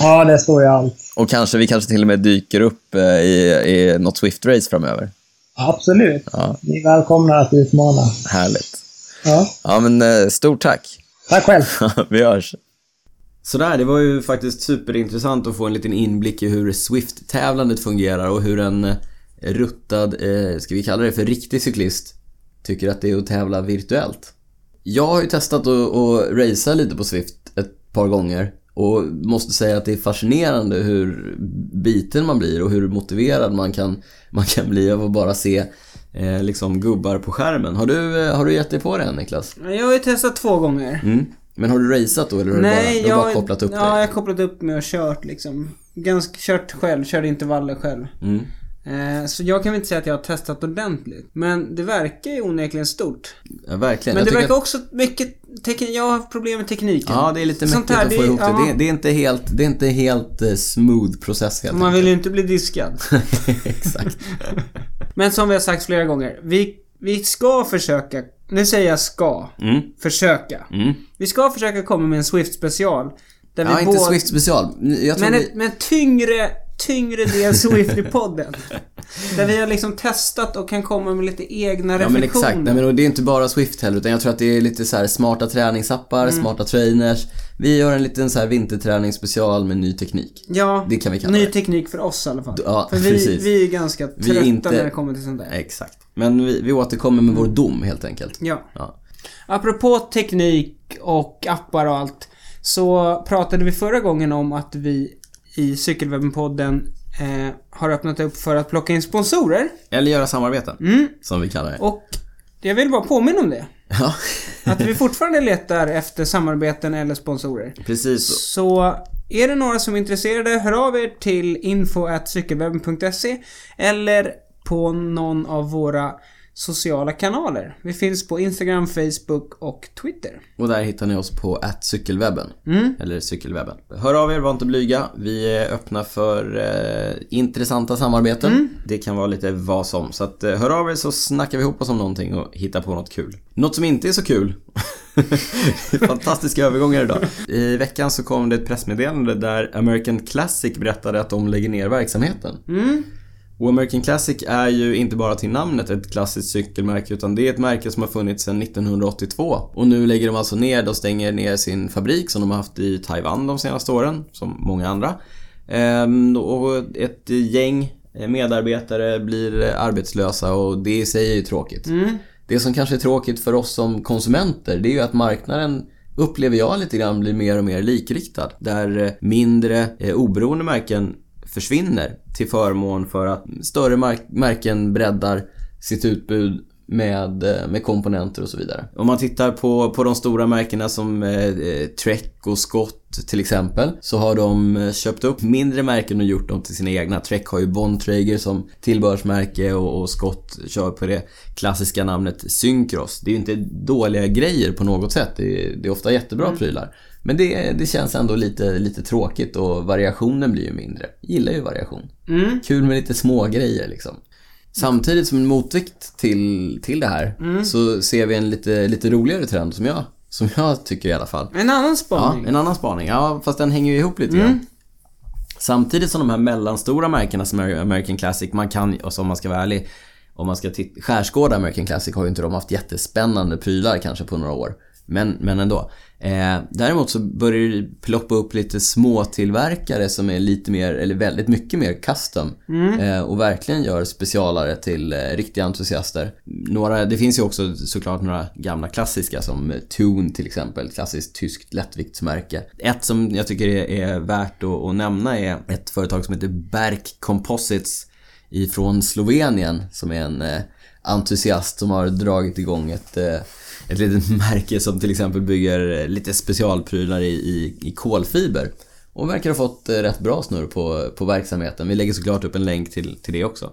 Speaker 3: Ja, det står ju allt.
Speaker 4: Och kanske, vi kanske till och med dyker upp eh, i, i något Swift-race framöver.
Speaker 3: Absolut.
Speaker 4: Ja,
Speaker 3: Ni är välkomna att utmana.
Speaker 4: härligt.
Speaker 3: Ja.
Speaker 4: Ja, men eh, stort tack.
Speaker 3: Tack själv.
Speaker 4: <laughs> vi hörs.
Speaker 2: Sådär, det var ju faktiskt superintressant att få en liten inblick i hur Swift-tävlandet fungerar och hur en eh, ruttad, eh, ska vi kalla det för riktig cyklist, tycker att det är att tävla virtuellt. Jag har ju testat att, att racea lite på Swift ett par gånger och måste säga att det är fascinerande hur biten man blir och hur motiverad man kan, <laughs> man kan bli av att bara se eh, liksom gubbar på skärmen. Har du, eh, har du gett dig på det än, Niklas?
Speaker 1: Jag har ju testat två gånger.
Speaker 2: Mm. Men har du raceat då eller har
Speaker 1: Nej,
Speaker 2: du bara, du
Speaker 1: jag,
Speaker 2: har bara kopplat upp
Speaker 1: ja,
Speaker 2: dig?
Speaker 1: jag har kopplat upp mig och kört liksom. Ganska kört själv, körde intervaller själv.
Speaker 2: Mm.
Speaker 1: Eh, så jag kan väl inte säga att jag har testat ordentligt. Men det verkar ju onekligen stort.
Speaker 2: Ja, verkligen.
Speaker 1: Men
Speaker 2: jag
Speaker 1: det
Speaker 2: tycker
Speaker 1: verkar
Speaker 2: att-
Speaker 1: också mycket... Tecken, jag har problem med tekniken.
Speaker 2: Ja, det är lite
Speaker 1: Sånt
Speaker 2: mäktigt
Speaker 1: här,
Speaker 2: att få ihop det.
Speaker 1: ja.
Speaker 2: Det, är, det är inte helt, det är inte helt eh, smooth process helt
Speaker 1: Man vill ju inte bli
Speaker 2: <laughs>
Speaker 1: diskad. <laughs>
Speaker 2: enkelt. Exakt.
Speaker 1: Men som vi har sagt flera gånger. Vi, vi ska försöka... Nu säger jag ska.
Speaker 2: Mm.
Speaker 1: Försöka.
Speaker 2: Mm.
Speaker 1: Vi ska försöka komma med en Swift-special. Där
Speaker 2: Ja,
Speaker 1: vi
Speaker 2: inte
Speaker 1: båda-
Speaker 2: Swift special. Jag tror
Speaker 1: Men,
Speaker 2: vi...
Speaker 1: ett, men tyngre, tyngre del Swift i
Speaker 2: <laughs>
Speaker 1: podden. Där vi har liksom testat och kan komma med lite egna
Speaker 2: Ja men
Speaker 1: reflektioner.
Speaker 2: exakt, Nej, men och det är inte bara Swift heller utan jag tror att det är lite så här smarta träningsappar,
Speaker 1: Mm.
Speaker 2: smarta trainers. Vi gör en liten så här vinterträningsspecial med ny teknik.
Speaker 1: Ja,
Speaker 2: Det kan vi kalla
Speaker 1: ny
Speaker 2: det.
Speaker 1: teknik för oss i alla fall.
Speaker 2: Ja,
Speaker 1: för vi,
Speaker 2: precis.
Speaker 1: vi är ganska
Speaker 2: Vi är
Speaker 1: trötta
Speaker 2: inte-
Speaker 1: när det kommer till sånt där.
Speaker 2: Exakt. Men vi, vi återkommer med vår dom helt enkelt.
Speaker 1: Mm. Ja.
Speaker 2: Ja.
Speaker 1: Apropå teknik och appar och allt. Så pratade vi förra gången om att vi i Cykelwebben-podden eh, har öppnat upp för att plocka in sponsorer.
Speaker 2: Eller göra samarbeten,
Speaker 1: Mm.
Speaker 2: som vi kallar det.
Speaker 1: Och jag vill bara påminna om det.
Speaker 2: Ja, <laughs>
Speaker 1: Att vi fortfarande letar efter samarbeten eller sponsorer.
Speaker 2: precis. så.
Speaker 1: Så är det några som är intresserade, hör av er till info.cykelwebben.se eller på någon av våra sociala kanaler. Vi finns på Instagram, Facebook och Twitter.
Speaker 2: Och där hittar ni oss på cykelwebben.
Speaker 1: Mm.
Speaker 2: Eller cykelwebben. Hör av er, var inte blyga. Vi är öppna för eh, intressanta samarbeten. Det kan vara lite vad som. Så att, eh, hör av er så snackar vi ihop oss om någonting och hittar på något kul. Något som inte är så kul. <laughs> Fantastiska övergångar idag. I veckan så kom det ett pressmeddelande där American Classic berättade att de lägger ner verksamheten.
Speaker 1: Mm.
Speaker 2: Och American Classic är ju inte bara till namnet ett klassiskt cykelmärke utan det är ett märke som har funnits sedan 1982. Och nu lägger de alltså ner, de stänger ner sin fabrik som de har haft i Taiwan de senaste åren, som många andra. Ehm, och ett gäng medarbetare blir arbetslösa och det i sig är ju tråkigt. Det som kanske är tråkigt för oss som konsumenter det är ju att marknaden upplever jag lite grann blir mer och mer likriktad. Där eh, mindre eh, oberoende märken försvinner till förmån för att större mark- märken breddar sitt utbud med, eh, med komponenter och så vidare. Om man tittar på, på de stora märkena som eh, eh, Trek och Scott till exempel så har de eh, köpt upp mindre märken och gjort dem till sina egna. Trek har ju Bontrager som tillbehörsmärke och, och Scott kör på det klassiska namnet Syncros. Det är ju inte dåliga grejer på något sätt. Det är, det är ofta jättebra prylar. Men det, det känns ändå lite, lite tråkigt och variationen blir ju mindre. Jag gillar ju variation.
Speaker 1: Mm.
Speaker 2: Kul med lite små grejer liksom. Samtidigt som en motvikt till, till det här så ser vi en lite, lite roligare trend som jag, som jag tycker i alla fall.
Speaker 1: En annan
Speaker 2: Ja,
Speaker 1: spaning.
Speaker 2: en annan spaning. Ja, fast den hänger ju ihop lite grann. Samtidigt som de här mellanstora märkena som är American Classic, man kan, alltså om man ska vara ärlig, om man ska titt- skärskåda American Classic har ju inte de haft jättespännande prylar kanske på några år. Men, men ändå. Eh, däremot så börjar det ploppa upp lite småtillverkare som är lite mer, eller väldigt mycket mer custom. Eh, och verkligen gör specialare till eh, riktiga entusiaster. Några, det finns ju också såklart några gamla klassiska som eh, Thun till exempel, klassiskt tyskt lättviktsmärke. Ett som jag tycker är, är värt att, att nämna är ett företag som heter Berk Composites ifrån Slovenien som är en eh, entusiast som har dragit igång ett, eh, ett litet <laughs> märke som till exempel bygger eh, lite specialprylar i, i, i kolfiber. Och verkar ha fått eh, rätt bra snurr på, på verksamheten. Vi lägger såklart upp en länk till, till det också.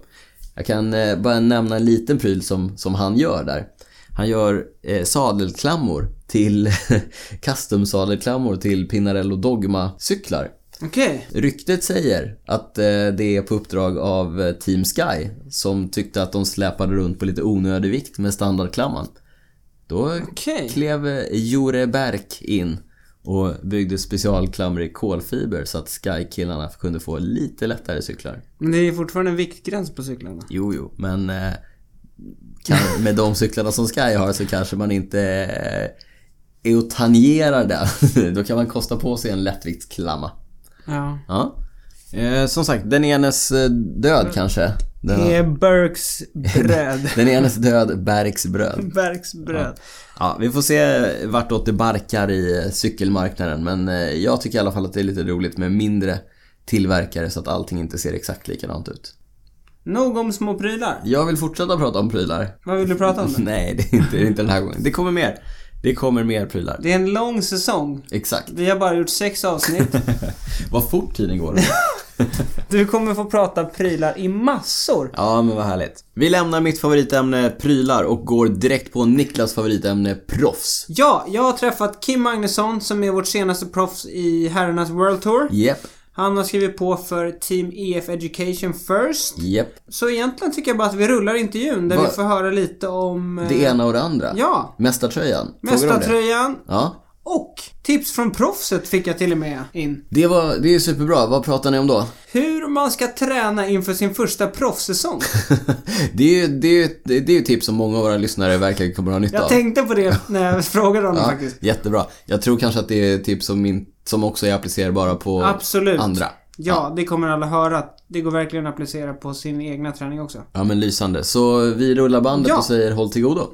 Speaker 2: Jag kan eh, bara nämna en liten pryl som, som han gör där. Han gör eh, sadelklammor till <laughs> custom-sadelklammor till Pinarello Dogma-cyklar.
Speaker 1: Okej.
Speaker 2: Ryktet säger att eh, det är på uppdrag av eh, Team Sky som tyckte att de släpade runt på lite onödig vikt med standardklamman. Då
Speaker 1: Okej.
Speaker 2: klev eh, Jure Berk in och byggde specialklammer i kolfiber så att Sky-killarna kunde få lite lättare cyklar.
Speaker 1: Men det är ju fortfarande en viktgräns på cyklarna.
Speaker 2: Jo, jo, men eh, kan, med de cyklarna som Sky har så kanske man inte eh, är och tangerar det. <laughs> Då kan man kosta på sig en lättviktsklamma.
Speaker 1: Ja.
Speaker 2: Ja. Eh, som sagt, den enes eh, död kanske.
Speaker 1: Det
Speaker 2: Den,
Speaker 1: är Berks bröd.
Speaker 2: <laughs> den enes död, Berks bröd.
Speaker 1: Berks bröd.
Speaker 2: Ja, vi får se vartåt det barkar i eh, cykelmarknaden. Men eh, jag tycker i alla fall att det är lite roligt med mindre tillverkare så att allting inte ser exakt likadant ut.
Speaker 1: Nog om små prylar.
Speaker 2: Jag vill fortsätta prata om prylar.
Speaker 1: Vad vill du prata om? då?
Speaker 2: Nej, det är inte, det är inte den här gången. Det kommer mer. Det kommer mer prylar.
Speaker 1: Det är en lång säsong.
Speaker 2: Exakt.
Speaker 1: Vi har bara gjort sex avsnitt.
Speaker 2: Vad fort tiden går.
Speaker 1: Du kommer få prata prylar i massor.
Speaker 2: Ja, men vad härligt. Vi lämnar mitt favoritämne prylar och går direkt på Niklas favoritämne proffs.
Speaker 1: Ja, jag har träffat Kim Magnusson som är vårt senaste proffs i herrarnas World Tour.
Speaker 2: Jep,
Speaker 1: Han har skrivit på för Team EF Education First.
Speaker 2: jep.
Speaker 1: Så egentligen tycker jag bara att vi rullar intervjun där
Speaker 2: Va-
Speaker 1: vi får höra lite om... eh,
Speaker 2: Det ena och det andra.
Speaker 1: Ja.
Speaker 2: Mästartröjan. Frågar du om det?
Speaker 1: Mästartröjan.
Speaker 2: Ja.
Speaker 1: Och tips från proffset fick jag till och med in.
Speaker 2: Det, var, det är superbra. Vad pratar ni om då? <laughs>
Speaker 1: Hur man ska träna inför sin första proffssäsong.
Speaker 2: <laughs> det är ju det är, ju- det det är ju tips som många av våra lyssnare verkligen kommer att ha nytta
Speaker 1: Jag
Speaker 2: av.
Speaker 1: tänkte på det när
Speaker 2: <laughs>
Speaker 1: jag frågade honom
Speaker 2: ja,
Speaker 1: faktiskt.
Speaker 2: jättebra. Jag tror kanske att det är tips som, in, som också är applicerbara på
Speaker 1: Absolut.
Speaker 2: andra.
Speaker 1: Ja, det kommer alla höra. att Det går verkligen att applicera på sin egna träning också.
Speaker 2: Ja, men lysande. Så vi rullar bandet
Speaker 1: Ja.
Speaker 2: och säger håll till godo.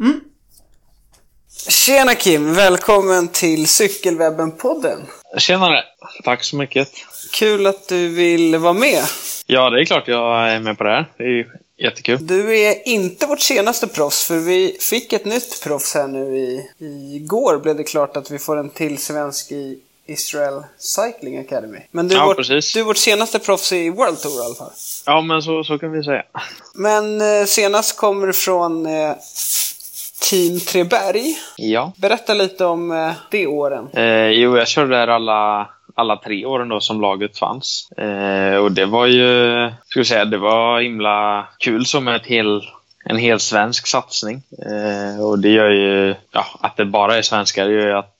Speaker 1: Tjena Kim! Välkommen till Cykelwebben-podden.
Speaker 5: Tjenare! Tack så mycket.
Speaker 1: Kul att du vill vara med.
Speaker 5: Ja, det är klart jag är med på det här. Det är ju jättekul.
Speaker 1: Du är inte vårt senaste proffs, för vi fick ett nytt proffs här nu i... Igår blev det klart att vi får en till svensk i Israel Cycling Academy. Men du, är
Speaker 5: Ja,
Speaker 1: vårt,
Speaker 5: precis.
Speaker 1: du är vårt senaste proffs i World Tour i alla fall.
Speaker 5: Ja, men så, så kan vi säga.
Speaker 1: Men eh, senast kommer du från eh, Team Treberg.
Speaker 5: Ja.
Speaker 1: Berätta lite om eh, de åren.
Speaker 5: Eh, jo, jag körde där alla, alla tre åren då som laget fanns. Eh, och det var ju, ska vi säga, det var himla kul som ett hel, en hel svensk satsning. Eh, och det gör ju, ja, att det bara är svenskar det gör ju att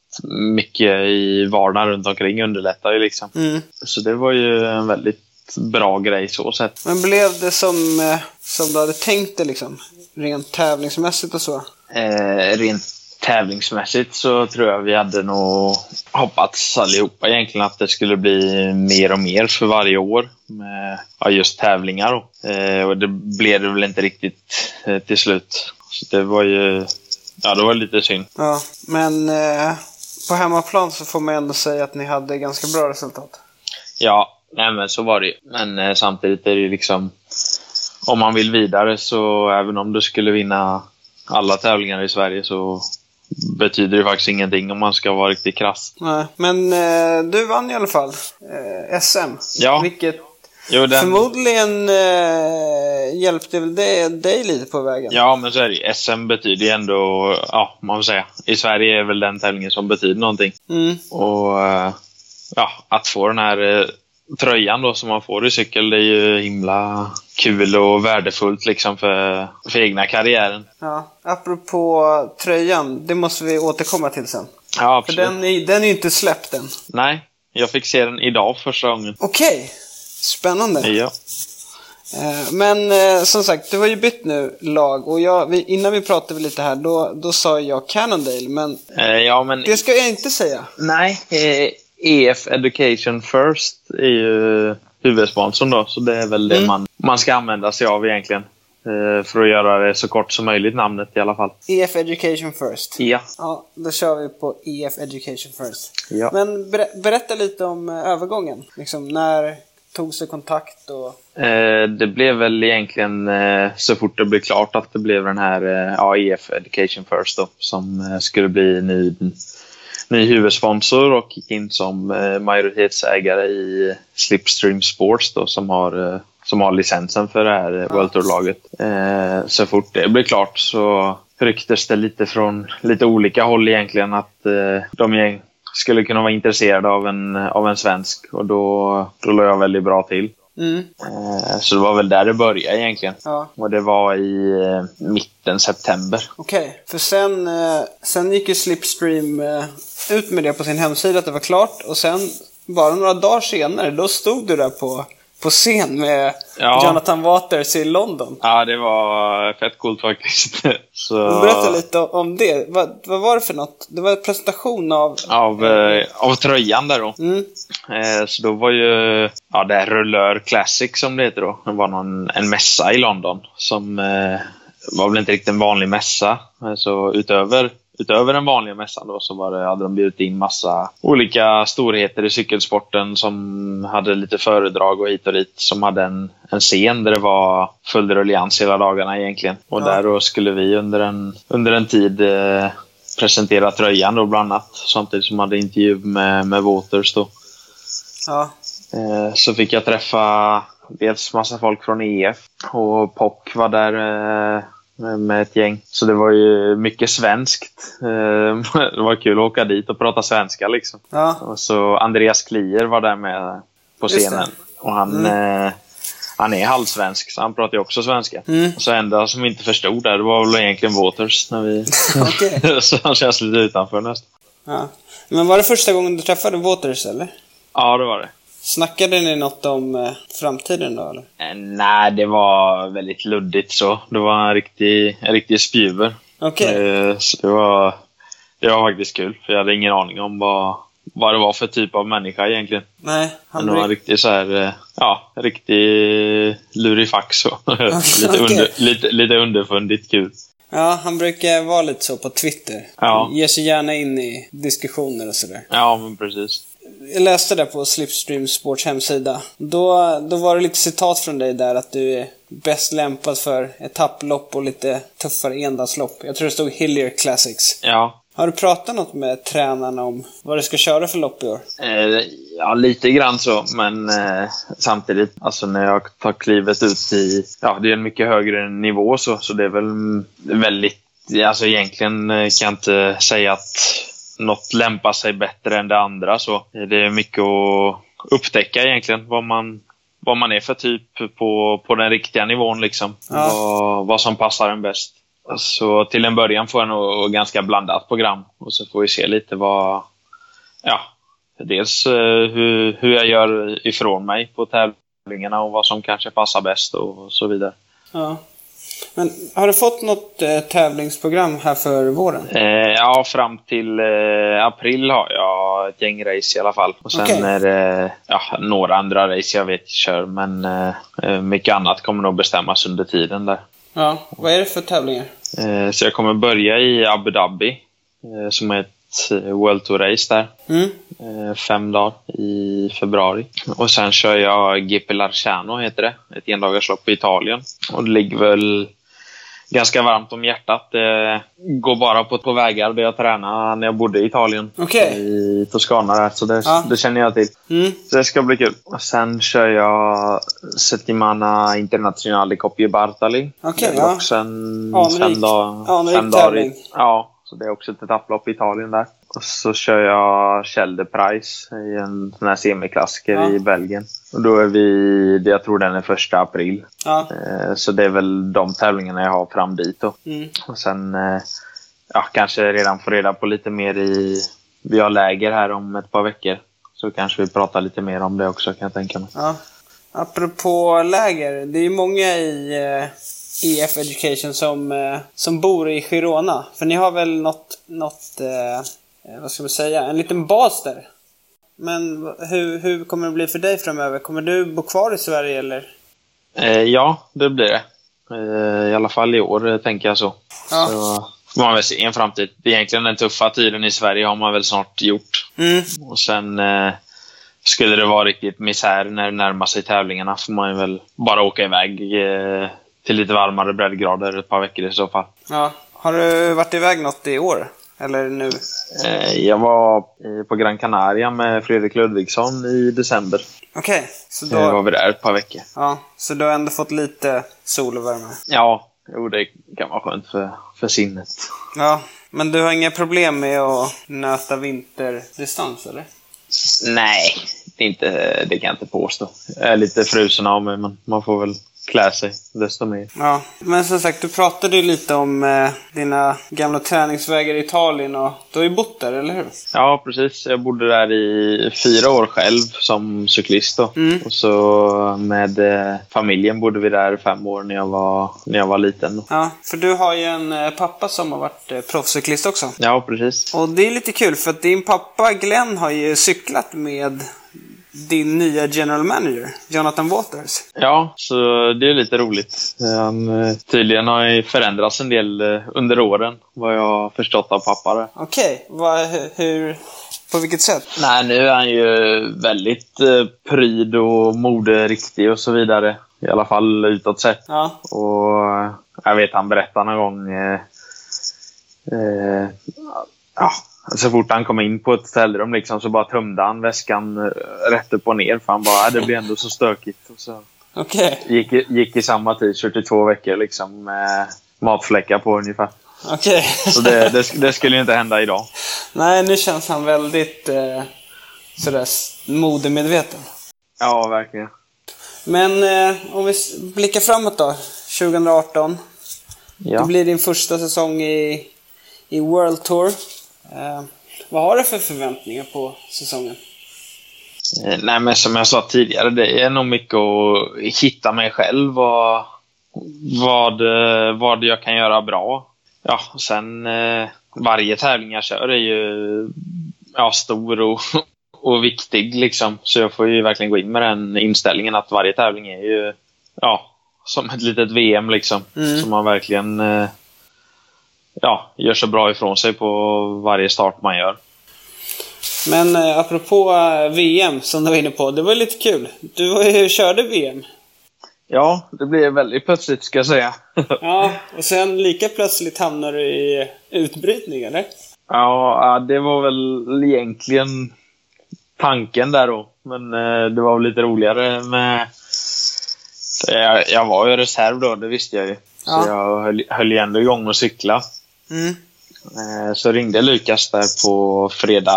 Speaker 5: mycket i vardagen runt omkring underlättar ju liksom.
Speaker 1: Mm.
Speaker 5: Så det var ju en väldigt bra grej så sett.
Speaker 1: Men blev det som, eh, som du hade tänkt dig liksom? Rent tävlingsmässigt och så?
Speaker 5: Eh, rent tävlingsmässigt så tror jag vi hade nog hoppats allihopa egentligen att det skulle bli mer och mer för varje år med ja, just tävlingar. Då. Eh, och det blev det väl inte riktigt eh, till slut. Så det var ju ja, det var lite synd.
Speaker 1: Ja, men eh, på hemmaplan så får man ändå säga att ni hade ganska bra resultat.
Speaker 5: Ja, nej men så var det ju. Men eh, samtidigt är det ju liksom om man vill vidare så även om du skulle vinna alla tävlingar i Sverige så betyder det faktiskt ingenting om man ska vara riktigt krass.
Speaker 1: Nej, men eh, du vann i alla fall eh, SM.
Speaker 5: Ja.
Speaker 1: Vilket
Speaker 5: Jo, den-
Speaker 1: förmodligen eh, hjälpte väl det dig lite på vägen.
Speaker 5: Ja, men så är det ju. SM betyder ju ändå, ja, man får säga. I Sverige är väl den tävlingen som betyder någonting.
Speaker 1: Mm.
Speaker 5: Och eh, ja, att få den här eh, tröjan då som man får i cykel, det är ju himla kul och värdefullt liksom för, för egna karriären.
Speaker 1: Ja, apropå tröjan, det måste vi återkomma till sen.
Speaker 5: Ja,
Speaker 1: För
Speaker 5: absolut.
Speaker 1: den är, den är ju inte släppt än.
Speaker 5: Nej, jag fick se den idag första gången.
Speaker 1: Okej, spännande.
Speaker 5: Ja.
Speaker 6: Eh, Men eh, som sagt, du har ju bytt nu lag och jag, vi, innan vi pratade lite här då, då sa jag Cannondale men
Speaker 5: Eh, ja, men
Speaker 6: det ska jag inte säga.
Speaker 5: Nej, eh, EF Education First är ju huvudsponsorn då, så det är väl det
Speaker 6: Mm.
Speaker 5: man, man ska använda sig av egentligen. Eh, för att göra det så kort som möjligt, namnet i alla fall.
Speaker 6: EF E Education First.
Speaker 5: Ja.
Speaker 6: Ja, då kör vi på EF Education First.
Speaker 5: Ja.
Speaker 6: Men ber, berätta lite om eh, övergången. Liksom, när tog sig kontakt och...
Speaker 5: Eh, det blev väl egentligen eh, så fort det blev klart att det blev den här eh, ja, EF Education First då, som eh, skulle bli ny, ny huvudsponsor och gick in som eh, majoritetsägare i Slipstream Sports då, som har eh, som har licensen för det här eh, World Tour-laget. Eh, så fort det blev klart så rycktes det lite från lite olika håll egentligen att eh, de gäng skulle kunna vara intresserade av en, av en svensk och då, då låg jag väldigt bra till.
Speaker 6: Mm.
Speaker 5: Eh, Så det var väl där det började egentligen.
Speaker 6: Ja,
Speaker 5: Och det var i eh, mitten september.
Speaker 6: okej. För sen, eh, sen gick ju Slipstream eh, ut med det på sin hemsida att det var klart och sen bara några dagar senare då stod du där på, på scen med
Speaker 5: Ja.
Speaker 6: Jonathan Waters i London.
Speaker 5: Ja, det var fett coolt faktiskt. <laughs> Så,
Speaker 6: Berätta lite om det. Vad, vad var det för något? Det var en presentation av...
Speaker 5: Av, eh, av tröjan där då.
Speaker 6: Mm.
Speaker 5: Eh, Så då var ju ja, det här Rullör Classic som det heter då. Det var någon, en mässa i London som eh, var väl inte riktigt en vanlig mässa. Eh, Så utöver, utöver den vanliga mässan då så var det, hade de bjudit in massa olika storheter i cykelsporten som hade lite föredrag och hit och dit. Som hade en, en scen där det var full ruljans hela dagarna egentligen. Och
Speaker 6: Ja.
Speaker 5: där då skulle vi under en, under en tid eh, presentera tröjan då bland annat. Samtidigt som hade intervju med, med Waters då.
Speaker 6: Ja.
Speaker 5: Eh, så fick jag träffa dels massa folk från EF och POC var där eh, med- med ett gäng. Så det var ju mycket svenskt. Eh, <laughs> Det var kul att åka dit och prata svenska liksom.
Speaker 6: ja.
Speaker 5: Och så Andreas Klier var där med på
Speaker 6: Just
Speaker 5: scenen. Och han, eh, han är halvsvensk, så han pratar ju också svenska.
Speaker 6: Mm.
Speaker 5: Så enda som inte förstod där, det var väl egentligen Waters.
Speaker 6: <laughs>
Speaker 5: När vi... <laughs>
Speaker 6: Okej.
Speaker 5: så han känns lite utanför nästan.
Speaker 6: Ja. Men var det första gången du träffade Waters eller?
Speaker 5: Ja, det var det.
Speaker 6: Snackade ni något om eh, framtiden då eller?
Speaker 5: Eh, Nej, det var väldigt luddigt så. Det var en riktig, en riktig spjuver.
Speaker 6: Okej.
Speaker 5: Eh, så Det, var, det var faktiskt kul, för jag hade ingen aning om vad, vad det var för typ av människa egentligen.
Speaker 6: Nej,
Speaker 5: Men
Speaker 6: han
Speaker 5: det var en
Speaker 6: bryr
Speaker 5: riktig så här, eh, ja, en riktig lurifax så. <laughs> lite,
Speaker 6: okej.
Speaker 5: under, lite, lite underfundigt kul.
Speaker 6: Ja, han brukar vara lite så på Twitter.
Speaker 5: Ja.
Speaker 6: Han ger sig gärna in i diskussioner och sådär.
Speaker 5: Ja, men precis.
Speaker 6: Jag läste det på Slipstream Sports hemsida. Då, då var det lite citat från dig där att du är bäst lämpad för etapplopp och lite tuffare endagslopp. Jag tror det stod Hillier Classics.
Speaker 5: Ja.
Speaker 6: Har du pratat något med tränarna om vad du ska köra för lopp i år?
Speaker 5: Eh, Ja, lite grann så, men eh, samtidigt, alltså när jag tar klivet ut i... Ja, det är en mycket högre nivå så, så det är väl mm, väldigt... Alltså egentligen eh, kan jag inte säga att något lämpar sig bättre än det andra så. Eh, Det är mycket att upptäcka egentligen, vad man, vad man är för typ på, på den riktiga nivån liksom.
Speaker 6: Ja.
Speaker 5: Vad, vad som passar en bäst. Så till en början får jag nog ganska blandat program och så får vi se lite vad... Ja, Dels eh, hur, hur jag gör ifrån mig på tävlingarna och vad som kanske passar bäst och så vidare.
Speaker 6: Ja. Men har du fått något eh, tävlingsprogram här för våren?
Speaker 5: Eh, ja, fram till eh, april har jag ett gäng race i alla fall. Och sen
Speaker 6: Okej.
Speaker 5: är det ja, några andra race jag vet jag kör, men eh, eh, mycket annat kommer nog bestämmas under tiden där.
Speaker 6: Ja. Vad är det för tävlingar?
Speaker 5: Eh, så jag kommer börja i Abu Dhabi, eh, som är ett eh, World Tour-race där.
Speaker 6: Mm.
Speaker 5: eh, fem dagar i februari. Och sen kör jag GP Larciano, heter det. Ett endagarslopp i Italien. Och det ligger väl ganska varmt om hjärtat. Det går bara på, på vägar där jag tränade när jag bodde i Italien.
Speaker 6: Okej.
Speaker 5: I Toscana där, så det,
Speaker 6: Ja.
Speaker 5: det känner jag till.
Speaker 6: Mm.
Speaker 5: Så det ska bli kul. Och sen kör jag Settimana Internazionale Coppie Bartali.
Speaker 6: Okej,
Speaker 5: Det är
Speaker 6: ja.
Speaker 5: också en
Speaker 6: Anrik.
Speaker 5: fem, dag,
Speaker 6: Anrik
Speaker 5: fem dagar
Speaker 6: tävling.
Speaker 5: i, Ja, så det är också ett etapplopp i Italien där. Och så kör jag Shell de Price i en sån här semiklassiker
Speaker 6: Ja.
Speaker 5: i Belgien. Och då är vi, jag tror den är första april.
Speaker 6: Ja.
Speaker 5: Eh, Så det är väl de tävlingarna jag har fram dit då.
Speaker 6: Mm.
Speaker 5: Och sen eh, ja, kanske redan få reda på lite mer i... Vi har läger här om ett par veckor. Så kanske vi pratar lite mer om det också kan jag tänka mig.
Speaker 6: ja. Apropå läger, det är ju många i eh, EF Education som, eh, som bor i Girona. För ni har väl något, något eh, eh, vad ska man säga, en liten bas där? Men v- hur, hur kommer det bli för dig framöver? Kommer du bo kvar i Sverige eller?
Speaker 5: Eh, ja, det blir det. Eh, I alla fall i år, eh, tänker jag så.
Speaker 6: Ja.
Speaker 5: Så får man väl se i en framtid. Egentligen den tuffa tiden i Sverige har man väl snart gjort.
Speaker 6: Mm.
Speaker 5: Och sen eh, skulle det vara riktigt misär när det närmar sig tävlingarna får man ju väl bara åka iväg eh, till lite varmare breddgrader ett par veckor i så fall.
Speaker 6: ja. Har du varit iväg något i år? Eller nu?
Speaker 5: Eh, jag var eh, på Gran Canaria med Fredrik Ludvigsson i december.
Speaker 6: Okej, så
Speaker 5: Då var
Speaker 6: då...
Speaker 5: vi där ett par veckor.
Speaker 6: Ja, så du har ändå fått lite sol och värme?
Speaker 5: Ja, jo, det kan vara skönt för, för sinnet.
Speaker 6: Ja, men du har inga problem med att nöta vinterdistans eller?
Speaker 5: Nej, det, är inte, det kan jag inte påstå. Jag är lite frusen av mig, men man får väl klä sig desto mer.
Speaker 6: Ja, men som sagt du pratade ju lite om eh, dina gamla träningsvägar i Italien och du har ju bott där, eller hur?
Speaker 5: Ja, precis. Jag bodde där i fyra år själv som cyklist. Då.
Speaker 6: Mm.
Speaker 5: Och så med eh, familjen bodde vi där i fem år när jag var, när jag var liten. Då.
Speaker 6: Ja, för du har ju en eh, pappa som har varit eh, proffscyklist också.
Speaker 5: Ja, precis.
Speaker 6: Och det är lite kul för att din pappa Glenn har ju cyklat med din nya general manager, Jonathan Waters.
Speaker 5: Ja, så det är lite roligt. Han, eh, tydligen har ju förändrats en del eh, under åren, vad jag har förstått av pappa. Där.
Speaker 6: Okej, vad- hu- hur, på vilket sätt?
Speaker 5: Nej, nu är han ju väldigt eh, pryd och moderiktig och så vidare. I alla fall utåt sett.
Speaker 6: Ja,
Speaker 5: Och eh, jag vet han berättade någon gång... Eh, eh, ja, så fort han kom in på ett ställrum liksom, så bara tömde han väskan eh, rätt upp och ner. För han bara, "Ah, det blir ändå så stökigt. Och så
Speaker 6: okej.
Speaker 5: gick, i- gick i samma t-shirt i två veckor liksom. Med matfläckar på ungefär.
Speaker 6: Okej.
Speaker 5: Så det, det, sk- det skulle ju inte hända idag.
Speaker 6: <laughs> Nej, nu känns han väldigt eh, sådär s- modemedveten.
Speaker 5: Ja, verkligen.
Speaker 6: Men eh, om vi s- blickar framåt då, 2018.
Speaker 5: Ja.
Speaker 6: Det blir din första säsong i, i World Tour. Eh, vad har du för förväntningar på säsongen?
Speaker 5: Eh, Nej, men som jag sa tidigare, det är nog mycket att hitta mig själv och vad, eh, vad jag kan göra bra. Ja, sen eh, varje tävling jag kör är ju ja, stor och, <laughs> och viktig liksom. Så jag får ju verkligen gå in med den inställningen att varje tävling är ju ja, som ett litet VM liksom.
Speaker 6: Mm.
Speaker 5: Så man verkligen eh, ja, gör så bra ifrån sig på varje start man gör.
Speaker 6: Men eh, apropå eh, VM som du var inne på, det var ju lite kul. Du var ju, körde VM.
Speaker 5: Ja, det blir väldigt plötsligt ska jag säga. <laughs>
Speaker 6: Ja, och sen lika plötsligt hamnar du i utbrytning, eller?
Speaker 5: Ja, ja, det var väl egentligen tanken där då. Men eh, det var väl lite roligare med... eh, Jag, jag var ju reserv då, det visste jag ju.
Speaker 6: Ja.
Speaker 5: Så jag höll, höll ju ändå igång och cykla.
Speaker 6: Mm.
Speaker 5: Eh, så ringde Lukas där på fredag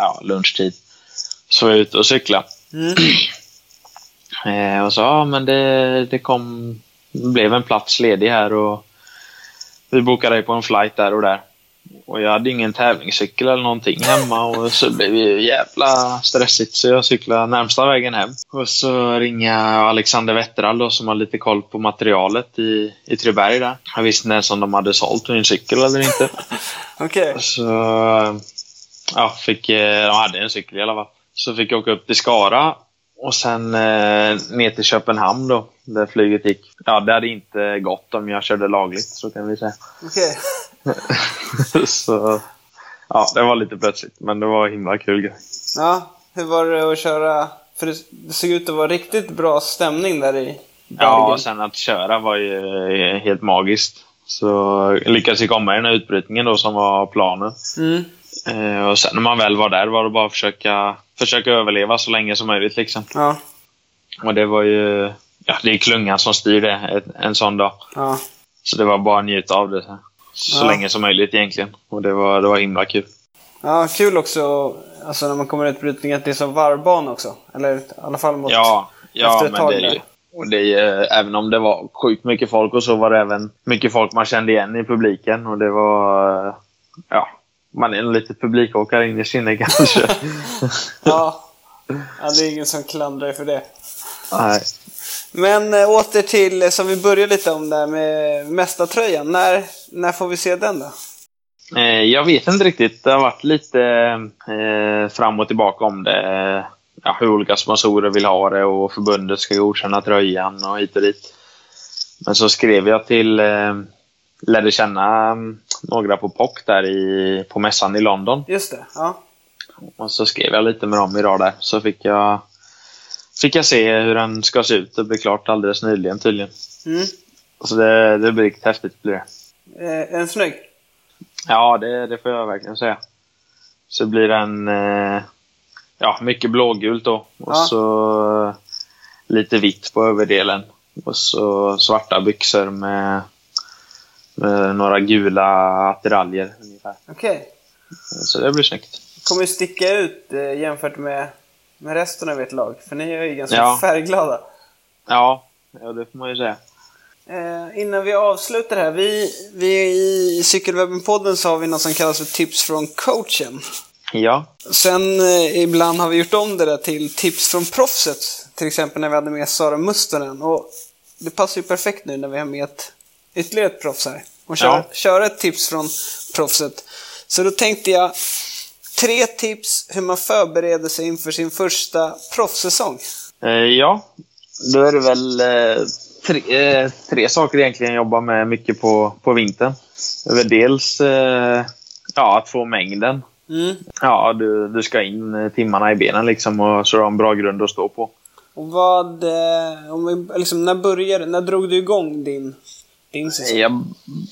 Speaker 5: ja, lunchtid. Så var jag ute och cykla.
Speaker 6: Mm.
Speaker 5: Eh, och sa ja, men det, det kom... Det blev en plats ledig här och vi bokade dig på en flight där och där. Och jag hade ingen tävlingscykel eller någonting hemma och så blev det ju jävla stressigt så jag cyklade närmsta vägen hem. Och så ringer jag Alexander Wetterall då, som har lite koll på materialet i, i Treberg där. Han visste inte ens om de hade sålt min cykel eller inte.
Speaker 6: Okej.
Speaker 5: Så ja, fick, eh, de hade en cykel i alla fall. Så fick jag åka upp till Skara och sen eh, ner till Köpenhamn då, där flyget gick. Ja, det hade inte gått om jag körde lagligt, så kan vi säga.
Speaker 6: Okej.
Speaker 5: så ja, det var lite plötsligt, men det var himla kul grej.
Speaker 6: Ja, hur var det att köra? För det det såg ut att vara riktigt bra stämning där i
Speaker 5: Ja,
Speaker 6: Belgien.
Speaker 5: och sen att köra var ju eh, helt magiskt. Så jag lyckades ju komma i den här utbrytningen då som var planen.
Speaker 6: Mm.
Speaker 5: Eh, och sen när man väl var där var det bara att försöka, försöka överleva så länge som möjligt liksom.
Speaker 6: Ja,
Speaker 5: Och det var ju... Ja, det är klungan som styr det ett- en sån dag.
Speaker 6: ja.
Speaker 5: Så det var bara att njuta av det så, så
Speaker 6: Ja.
Speaker 5: länge som möjligt egentligen. Och det var, det var himla kul.
Speaker 6: Ja, kul också alltså när man kommer ut brytning att det är som varvbana också. Eller i alla fall mot...
Speaker 5: Ja, ja
Speaker 6: efter ett
Speaker 5: men
Speaker 6: tag
Speaker 5: det är
Speaker 6: där.
Speaker 5: ju... Och det är, ju- även om det var sjukt mycket folk och så var det även mycket folk man kände igen i publiken. Och det var... eh, Ja, man är en liten
Speaker 6: <laughs>
Speaker 5: publikåkare in i sinne kanske.
Speaker 6: ja. Ja, det är ingen som klandrar er för det.
Speaker 5: Nej.
Speaker 6: Men eh, åter till, eh, som vi började lite om där med mästartröjan. När, när får vi se den då?
Speaker 5: Eh, Jag vet inte riktigt. Det har varit lite eh, fram och tillbaka om det. Eh, Ja, hur olika sponsorer vill ha det och förbundet ska godkänna tröjan och hit och dit. Men så skrev jag till, eh, lärde känna mm, några på POC där i, på mässan i London.
Speaker 6: Just det, ja.
Speaker 5: Och så skrev jag lite med dem idag där. Så fick jag, fick jag se hur den ska se ut. Det blev klart alldeles nyligen tydligen.
Speaker 6: Mm.
Speaker 5: Så det, det blir riktigt häftigt. Blir det.
Speaker 6: Eh, en snygg.
Speaker 5: Ja, det, det får jag verkligen säga. Så blir den eh, ja, mycket blågult då. Och
Speaker 6: Ja.
Speaker 5: så eh, lite vitt på överdelen. Och så svarta byxor med, med några gula attiraljer ungefär.
Speaker 6: Okej.
Speaker 5: Så det blir snyggt.
Speaker 6: Kommer ju sticka ut eh, jämfört med, med resten av ert lag. För ni är ju ganska
Speaker 5: Ja.
Speaker 6: färgglada.
Speaker 5: Ja, ja, det får man ju säga.
Speaker 6: Eh, innan vi avslutar här. Vi, vi i Cykelwebben-podden så har vi något som kallas för tips från coachen.
Speaker 5: Ja,
Speaker 6: Sen eh, ibland har vi gjort om det där till tips från proffset. Till exempel när vi hade med Sara Mustonen. Och det passar ju perfekt nu när vi har med ett, ytterligare ett proffs här. Och köra,
Speaker 5: Ja.
Speaker 6: köra ett tips från proffset. Så då tänkte jag tre tips hur man förbereder sig inför sin första proffssäsong.
Speaker 5: Eh, ja, då är det väl eh, tre, eh, tre saker egentligen jag jobbar med mycket på, på vintern. Det är väl dels eh, ja, att få mängden.
Speaker 6: Mm.
Speaker 5: Ja, du, du ska in eh, timmarna i benen liksom och så du har en bra grund att stå på.
Speaker 6: Och vad, eh, om vi, liksom, när började, när drog du igång din, din säsong?
Speaker 5: Jag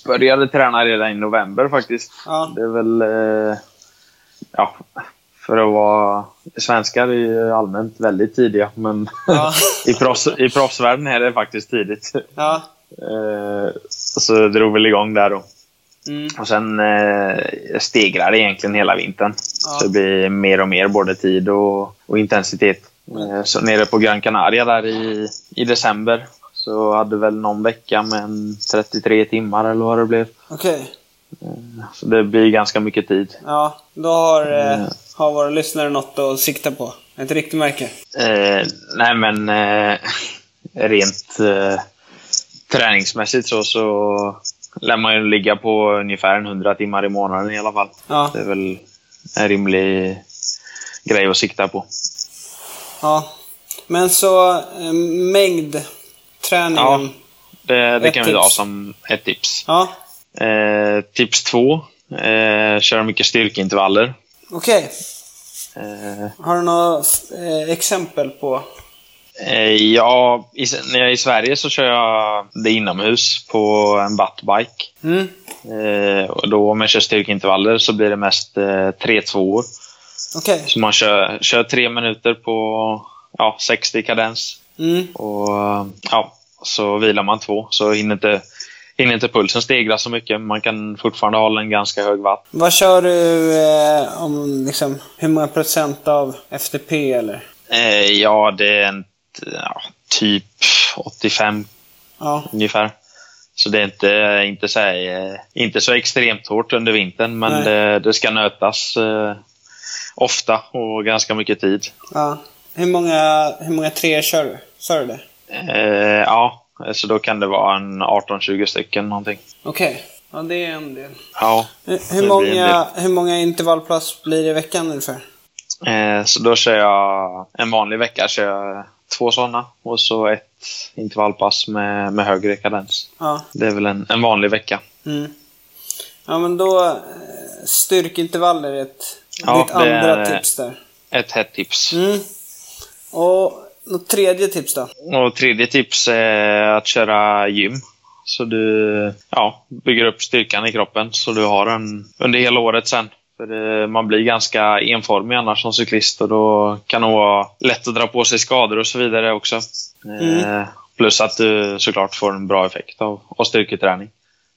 Speaker 5: började träna redan i november faktiskt.
Speaker 6: Ja.
Speaker 5: Det är väl... Eh, ja, för att vara... Svenskar är ju allmänt väldigt tidiga, men
Speaker 6: Ja.
Speaker 5: <laughs> i, proffs, i proffsvärlden är det faktiskt tidigt.
Speaker 6: ja.
Speaker 5: Eh, så jag drog väl igång där då.
Speaker 6: Mm.
Speaker 5: Och sen eh, stegrar det egentligen hela vintern.
Speaker 6: Ja.
Speaker 5: Så det blir mer och mer både tid och, och intensitet.
Speaker 6: Mm.
Speaker 5: Eh, så nere på Gran Canaria där i, i december så hade väl någon vecka med en 33 timmar eller vad det blev.
Speaker 6: Okej.
Speaker 5: Så det blir ganska mycket tid.
Speaker 6: Ja, då har, eh, har våra lyssnare något att sikta på. Ett riktmärke.
Speaker 5: Eh, nej men eh, <laughs> rent eh, träningsmässigt så, så lär man ju ligga på ungefär en 100 timmar i månaden i alla fall.
Speaker 6: Ja.
Speaker 5: Det är väl en rimlig grej att sikta på.
Speaker 6: ja. Men så eh, mängd
Speaker 5: Ja,
Speaker 6: träningen.
Speaker 5: det, det
Speaker 6: Ett
Speaker 5: kan vi ta
Speaker 6: tips.
Speaker 5: som ett tips.
Speaker 6: Ja.
Speaker 5: Eh, tips två. Eh, köra mycket styrkeintervaller.
Speaker 6: Okej.
Speaker 5: Eh,
Speaker 6: Har du några eh, exempel på?
Speaker 5: eh, ja, i, när jag är i Sverige så kör jag det inomhus på en buttbike.
Speaker 6: Mm.
Speaker 5: Eh, och då om jag kör styrkeintervaller så blir det mest eh, 3 2
Speaker 6: Okej.
Speaker 5: Så man kör, kör tre minuter på ja, 60 kadens.
Speaker 6: Mm.
Speaker 5: Och eh, ja, så vilar man två. Så hinner inte, hinner inte pulsen stegra så mycket. men Man kan fortfarande hålla en ganska hög watt.
Speaker 6: Vad kör du eh, om liksom, hur många procent av FTP eller?
Speaker 5: Eh, ja, det är en, ja, typ 85
Speaker 6: Ja.
Speaker 5: ungefär. Så det är inte, inte, så, här, eh, inte så extremt hårt under vintern, men
Speaker 6: Nej.
Speaker 5: det, det ska nötas eh, ofta och ganska mycket tid.
Speaker 6: ja. Hur många, hur många treor kör du? Sa du det?
Speaker 5: Eh, ja, så då kan det vara en 18-20 stycken någonting.
Speaker 6: Okej. Ja, det är en del.
Speaker 5: Ja,
Speaker 6: Hur,
Speaker 5: Det
Speaker 6: hur,
Speaker 5: blir en
Speaker 6: många, hur många intervallpass blir det i veckan ungefär?
Speaker 5: eh, så då kör jag en vanlig vecka kör jag två sådana och så ett intervallpass med, med högre kadens.
Speaker 6: Ja.
Speaker 5: Det är väl en, en vanlig vecka.
Speaker 6: Mm. Ja men då eh, styrkeintervaller är ett,
Speaker 5: Ja,
Speaker 6: ditt
Speaker 5: det
Speaker 6: andra
Speaker 5: är-
Speaker 6: tips där.
Speaker 5: Ett hett tips.
Speaker 6: Mm. Och något tredje tips då?
Speaker 5: Och tredje tips är att köra gym. Så du ja, bygger upp styrkan i kroppen så du har den under hela året sen. För det, man blir ganska enformig annars som cyklist och då kan det vara lätt att dra på sig skador och så vidare också. Eh, plus att du såklart får en bra effekt av, av styrketräning.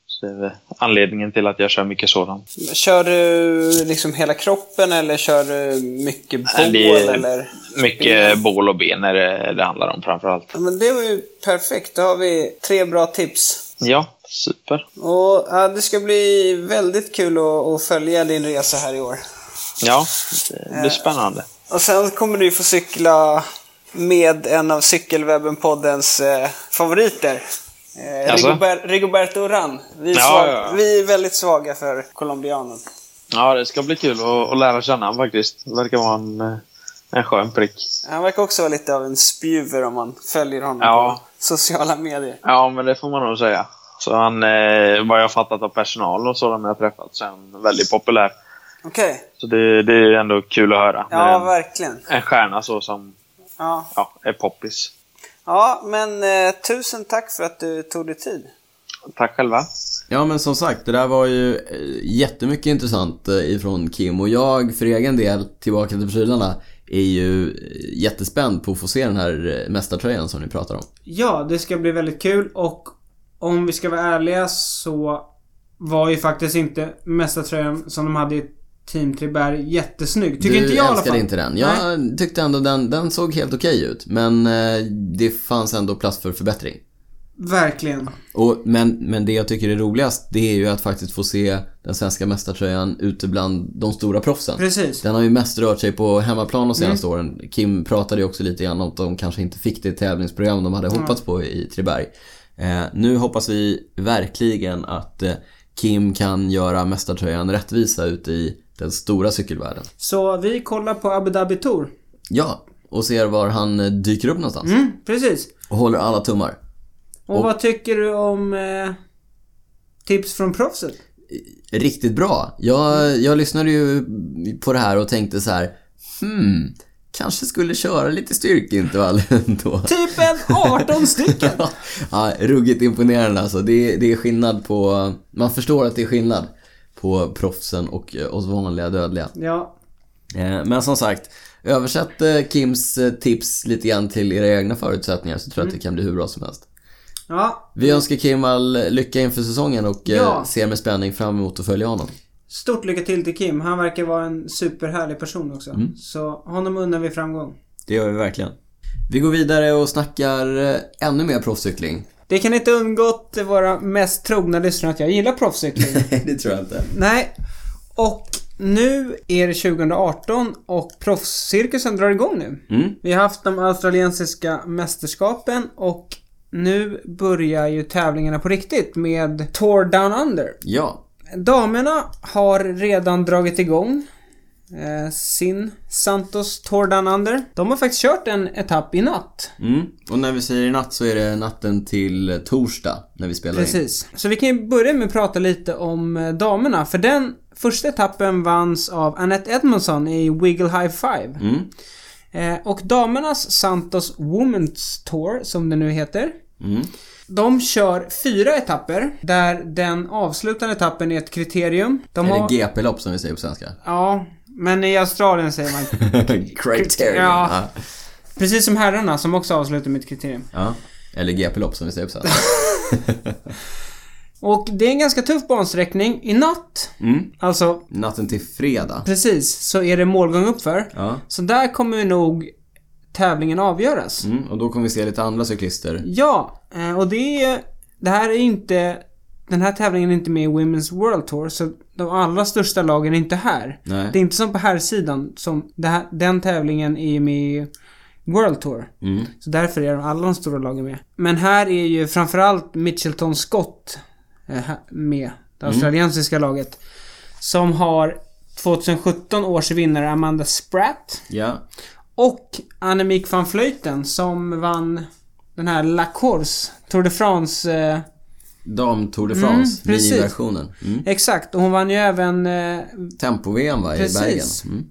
Speaker 5: Så det är väl anledningen till att jag kör mycket sådant.
Speaker 6: Kör du liksom hela kroppen eller kör du mycket bål
Speaker 5: Nej, det är-
Speaker 6: eller?
Speaker 5: Mycket bål och ben är det, det handlar om framförallt.
Speaker 6: Ja, men det var ju perfekt. Då har vi tre bra tips.
Speaker 5: Ja, super.
Speaker 6: Och ja, det ska bli väldigt kul att, att följa din resa här i år.
Speaker 5: Ja, det blir spännande.
Speaker 6: Och sen kommer du få cykla
Speaker 1: med en av Cykelwebben-poddens eh, favoriter. Eh,
Speaker 5: Jaså?
Speaker 1: Rigober- Rigoberto Urán. Vi, är
Speaker 5: Ja,
Speaker 1: svaga-
Speaker 5: ja, ja.
Speaker 1: vi är väldigt svaga för colombianen.
Speaker 5: Ja, det ska bli kul att, att lära känna honom faktiskt. Det verkar vara en, eh, en skön prick.
Speaker 1: Han verkar också vara lite av en spjuver om man följer honom
Speaker 5: Ja.
Speaker 1: på sociala medier.
Speaker 5: Ja, men det får man nog säga. Så han, eh, vad jag har fattat av personal och sådana jag träffat, så är han väldigt populär.
Speaker 1: Okej.
Speaker 5: Så det, det är ändå kul att höra.
Speaker 1: Ja,
Speaker 5: med en,
Speaker 1: verkligen.
Speaker 5: en stjärna så som
Speaker 1: Ja.
Speaker 5: ja, är poppis.
Speaker 1: ja, men eh, tusen tack för att du tog dig tid.
Speaker 5: Tack själva.
Speaker 2: Ja men som sagt, det där var ju eh, jättemycket intressant eh, ifrån Kim och jag för egen del, tillbaka till prylarna, är ju eh, jättespänd på att få se den här eh, mästartröjan som ni pratar om.
Speaker 1: Ja, det ska bli väldigt kul och om vi ska vara ärliga så var ju faktiskt inte mästartröjan som de hade i Team Treberg jättesnygg. Tycker
Speaker 2: du
Speaker 1: inte jag i alla
Speaker 2: älskade
Speaker 1: fall.
Speaker 2: inte den. Jag tyckte ändå den, den såg helt okej ut. Men eh, det fanns ändå plats för förbättring.
Speaker 1: Verkligen.
Speaker 2: Och, men, men det jag tycker är roligast, det är ju att faktiskt få se den svenska mästartröjan ute bland de stora proffsen.
Speaker 1: Precis.
Speaker 2: Den har ju mest rört sig på
Speaker 1: Mm.
Speaker 2: hemmaplan de senaste åren. Kim pratade ju också lite grann om att de kanske inte fick det tävlingsprogram de hade hoppats på i Treberg. Eh, nu hoppas vi verkligen att eh, Kim kan göra mästartröjan rättvisa ute i den stora cykelvärlden.
Speaker 1: Så vi kollar på Abu Dhabi Tour.
Speaker 2: Ja, och ser var han eh, dyker upp någonstans.
Speaker 1: Mm, precis.
Speaker 2: Och håller alla tummar.
Speaker 1: Och, vad tycker du om eh, tips från proffset?
Speaker 2: Riktigt bra. Jag, jag lyssnade ju på det här och tänkte så här, hmm, kanske skulle köra lite styrkeintervall <laughs> ändå.
Speaker 1: Typ en 18
Speaker 2: <laughs>
Speaker 1: stycken!
Speaker 2: ja, ruggigt imponerande alltså. Det, är- det är skillnad på, man förstår att det är skillnad på proffsen och eh, oss vanliga dödliga.
Speaker 1: Ja,
Speaker 2: Eh, Men som sagt, översätt eh, Kims eh, tips lite grann till era egna förutsättningar så tror
Speaker 1: Mm.
Speaker 2: jag att det kan bli hur bra som helst.
Speaker 1: ja.
Speaker 2: Vi önskar Kim all lycka inför säsongen och
Speaker 1: Ja.
Speaker 2: eh, ser med spänning fram emot att följa honom.
Speaker 1: Stort lycka till till Kim. Han verkar vara en superhärlig person också.
Speaker 2: Mm.
Speaker 1: Så honom unnar vi framgång.
Speaker 2: Det gör vi verkligen. Vi går vidare och snackar eh, ännu mer proffscykling.
Speaker 1: Det kan inte undgått våra mest trogna lyssnare att jag gillar
Speaker 2: <laughs>
Speaker 1: proffscykling.
Speaker 2: Nej, <laughs> det tror jag inte.
Speaker 1: Nej. Och nu är det 2018 och proffscirkusen drar igång nu.
Speaker 2: Mm.
Speaker 1: Vi har haft de australiensiska mästerskapen och nu börjar ju tävlingarna på riktigt med Tour Down Under.
Speaker 2: Ja,
Speaker 1: Damerna har redan dragit igång eh, sin Santos Tour Down Under. De har faktiskt kört en etapp i natt.
Speaker 2: Mm. Och när vi säger natt så är det natten till torsdag när vi spelar in.
Speaker 1: Precis. Så vi kan ju börja med att prata lite om eh, damerna. För den första etappen vanns av Annette Edmondson i Wiggle High Five.
Speaker 2: Mm.
Speaker 1: Eh, och damernas Santos Women's Tour, som det nu heter.
Speaker 2: Mm.
Speaker 1: De kör fyra etapper, där den avslutande etappen är ett kriterium. De
Speaker 2: Är
Speaker 1: har-
Speaker 2: det GP-lopp som vi säger på
Speaker 1: <laughs>
Speaker 2: svenska?
Speaker 1: Ja, men i Australien säger
Speaker 2: <laughs>
Speaker 1: man
Speaker 2: Criterion.
Speaker 1: Ja.
Speaker 2: Ja.
Speaker 1: Precis som herrarna som också avslutar med ett kriterium.
Speaker 2: ja. Eller GP-lopp som vi säger
Speaker 1: <laughs>
Speaker 2: på svenska.
Speaker 1: Och det är en ganska tuff bansträckning. I natt,
Speaker 2: Mm.
Speaker 1: alltså
Speaker 2: Natten till fredag.
Speaker 1: precis, så är det målgång uppför.
Speaker 2: Ja.
Speaker 1: Så där kommer nog tävlingen avgöras.
Speaker 2: Mm. Och då kommer vi se lite andra cyklister.
Speaker 1: Ja, eh, och det är Det här är inte... Den här tävlingen är inte med i Women's World Tour, så de allra största lagen är inte här.
Speaker 2: Nej.
Speaker 1: Det är inte som på här sidan som det här, den tävlingen är ju med i World Tour.
Speaker 2: Mm.
Speaker 1: Så därför är de alla de stora lagen med. Men här är ju framförallt Mitchelton Scott eh, här- med. Det
Speaker 2: Mm.
Speaker 1: australiensiska laget. Som har 2017 års vinnare Amanda Spratt.
Speaker 2: Ja.
Speaker 1: Och Annemiek van Vleuten som vann den här La Course, Tour de France. Eh,
Speaker 2: Dam Tour de France,
Speaker 1: Mm, precis.
Speaker 2: miniversionen. Mm.
Speaker 1: Exakt, och hon vann ju även... Eh,
Speaker 2: Tempo-VM va, i
Speaker 1: Precis.
Speaker 2: Bergen. Mm.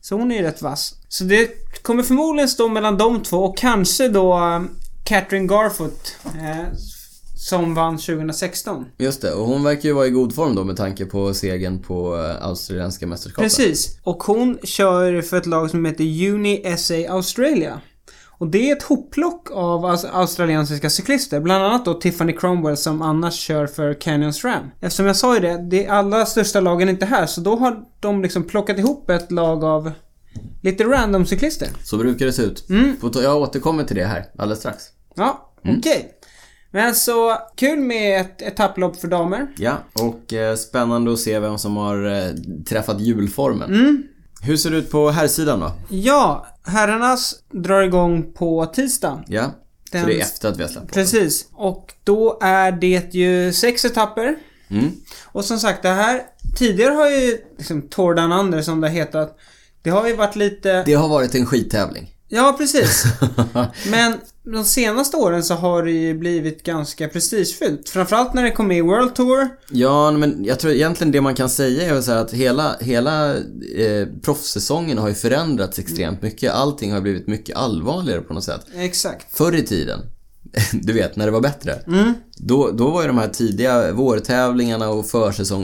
Speaker 1: så hon är ju rätt vass. Så det kommer förmodligen stå mellan de två och kanske då eh, Catherine Garfoot. Eh, som vann 2016.
Speaker 2: Just det, och hon verkar ju vara i god form då med tanke på segern på eh, australienska mästerskapen.
Speaker 1: Precis. Och hon kör för ett lag som heter Uni SA Australia. Och det är ett hopplock av aus- australiensiska cyklister. Bland annat då Tiffany Cromwell som annars kör för Canyons Ram. Eftersom jag sa ju det, det är alla största lagen är inte här. Så då har de liksom plockat ihop ett lag av lite random cyklister.
Speaker 2: Så brukar det se ut.
Speaker 1: Mm.
Speaker 2: På to- Jag återkommer till det här alldeles strax.
Speaker 1: Ja, okej. Men så kul med ett etapplopp för damer. Mm.
Speaker 2: Ja, och eh, spännande att se vem som har eh, träffat julformen. Hur ser det ut på här sidan då?
Speaker 1: Ja, herrarnas drar igång på tisdag.
Speaker 2: Ja.
Speaker 1: Den-
Speaker 2: Så det är efter att vi har släppt på.
Speaker 1: Precis. Och då är det ju sex etapper.
Speaker 2: Mm.
Speaker 1: Och som sagt, det här... Tidigare har ju liksom Tordan Anders, som det har hetat, det har ju varit lite...
Speaker 2: Det har varit en skittävling.
Speaker 1: Ja, precis. Men de senaste åren så har det ju blivit ganska prestigefyllt. Framförallt när det kom med i World Tour.
Speaker 2: <laughs> Ja, men jag tror egentligen det man kan säga är väl så här att hela, hela eh, proffssäsongen har ju förändrats extremt
Speaker 1: Mm.
Speaker 2: mycket. Allting har blivit mycket allvarligare på något sätt.
Speaker 1: Exakt.
Speaker 2: Förr i tiden, <laughs> du vet när det var bättre,
Speaker 1: Mm.
Speaker 2: då, då var ju de här tidiga vårtävlingarna och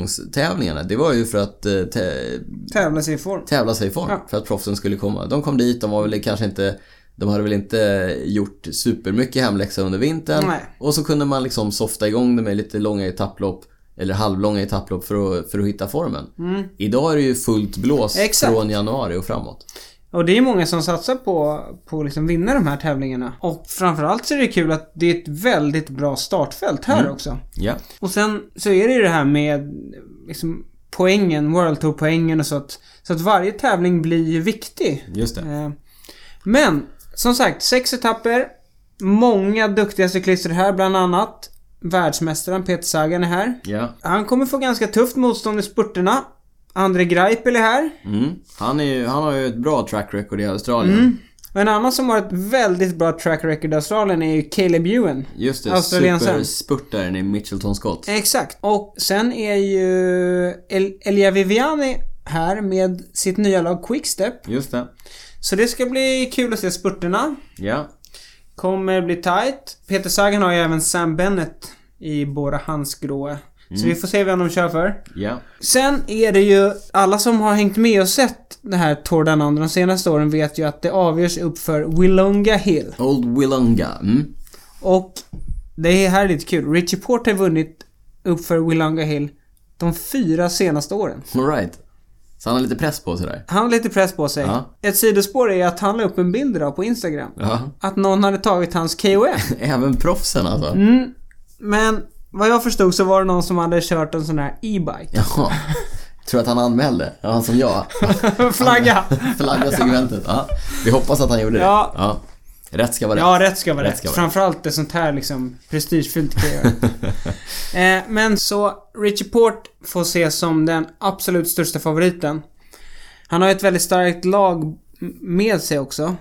Speaker 2: försäsongstävlingarna, det var ju för att eh, tä-
Speaker 1: Tävla sig i form.
Speaker 2: tävla sig i form.
Speaker 1: Ja.
Speaker 2: För att proffsen skulle komma. De kom dit, de var väl kanske inte de hade väl inte gjort supermycket hemläxa under vintern.
Speaker 1: Nej.
Speaker 2: Och så kunde man liksom softa igång det med lite långa etapplopp eller halvlånga etapplopp för att, för att hitta formen. Idag är det ju fullt blås
Speaker 1: Mm. Exakt.
Speaker 2: från januari och framåt.
Speaker 1: Och det är många som satsar på, på att liksom vinna de här tävlingarna. Och framförallt så är det kul att det är ett väldigt bra startfält här också.
Speaker 2: Ja.
Speaker 1: Och sen så är det ju det här med liksom, poängen, World Tour-poängen och så att, så att varje tävling blir ju viktig.
Speaker 2: Just det.
Speaker 1: Eh, Men, som sagt, sex etapper. Många duktiga cyklister här, bland annat världsmästaren Peter Sagan är här.
Speaker 2: Ja.
Speaker 1: Han kommer få ganska tufft motstånd i spurterna. André Greipel är här.
Speaker 2: Mm. Han, är ju, han har ju ett bra track record i Australien.
Speaker 1: Och en annan som har ett väldigt bra track record i Australien är ju Caleb Ewan.
Speaker 2: Just det,
Speaker 1: Australiensaren.
Speaker 2: superspurtaren i Mitchelton
Speaker 1: Eh.
Speaker 2: Scott.
Speaker 1: Exakt. Och sen är ju El- Elia Viviani här med sitt nya lag Quickstep.
Speaker 2: Just det.
Speaker 1: Så det ska bli kul att se spurterna.
Speaker 2: Ja.
Speaker 1: Kommer bli tight. Peter Sagan har ju även Sam Bennett i båda hans gråa. Så vi får se vem de kör för.
Speaker 2: Ja.
Speaker 1: Sen är det ju, alla som har hängt med och sett det här Tour de Andra de senaste åren vet ju att det avgörs upp för Willonga Hill.
Speaker 2: Old Willonga. Mm.
Speaker 1: Och det är här är lite kul. Richie Porte har vunnit uppför Willonga Hill de fyra senaste åren.
Speaker 2: All right. Så han har lite press på sig där.
Speaker 1: Han har lite press på sig.
Speaker 2: Ja.
Speaker 1: Ett sidospår är att han la upp en bild idag på Instagram.
Speaker 2: Ja.
Speaker 1: Att någon hade tagit hans KOM.
Speaker 2: <laughs> Även proffsen alltså?
Speaker 1: Mm, men vad jag förstod så var det någon som hade kört en sån här e-bike.
Speaker 2: Jaha. Tror att han anmälde? Ja, han
Speaker 1: <laughs>
Speaker 2: som jag.
Speaker 1: Flagga!
Speaker 2: <laughs> Flagga segmentet. Ja. Vi hoppas att han gjorde det.
Speaker 1: Ja.
Speaker 2: Rätt ska vara rätt.
Speaker 1: Ja, rätt ska vara
Speaker 2: Rätt
Speaker 1: rätt.
Speaker 2: ska vara rätt.
Speaker 1: Framförallt ett sånt här liksom prestigefyllt
Speaker 2: <laughs>
Speaker 1: KOM. eh, men så, Richie Port får ses som den absolut största favoriten. Han har ett väldigt starkt lag m- med sig också.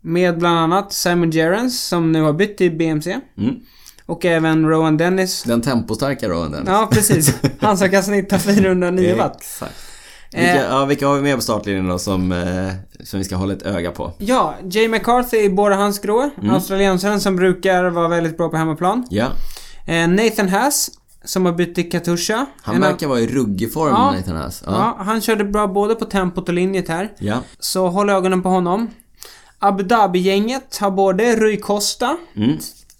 Speaker 1: Med bland annat Simon Gerrans som nu har bytt till BMC.
Speaker 2: Mm.
Speaker 1: Och även Rowan Dennis.
Speaker 2: Den tempostarka då, den. <laughs>
Speaker 1: Ja, precis. Han som kan snitta 409 watt.
Speaker 2: Exakt. Vilka,
Speaker 1: Eh.
Speaker 2: ja, vilka har vi med på startlinjen då som, eh, som vi ska hålla ett öga på?
Speaker 1: Ja, Jay McCarthy i båda hans grå.
Speaker 2: Mm.
Speaker 1: Australiensaren som brukar vara väldigt bra på hemmaplan.
Speaker 2: Ja,
Speaker 1: Eh, Nathan Haas, som har bytt till Katusha.
Speaker 2: han
Speaker 1: En av-
Speaker 2: verkar vara i ruggig form,
Speaker 1: Ja.
Speaker 2: Nathan Haas. Ja.
Speaker 1: Ja, han körde bra både på tempot och linjet här.
Speaker 2: Ja.
Speaker 1: Så håll ögonen på honom. Abu Dhabi-gänget har både Rui Costa,
Speaker 2: Mm.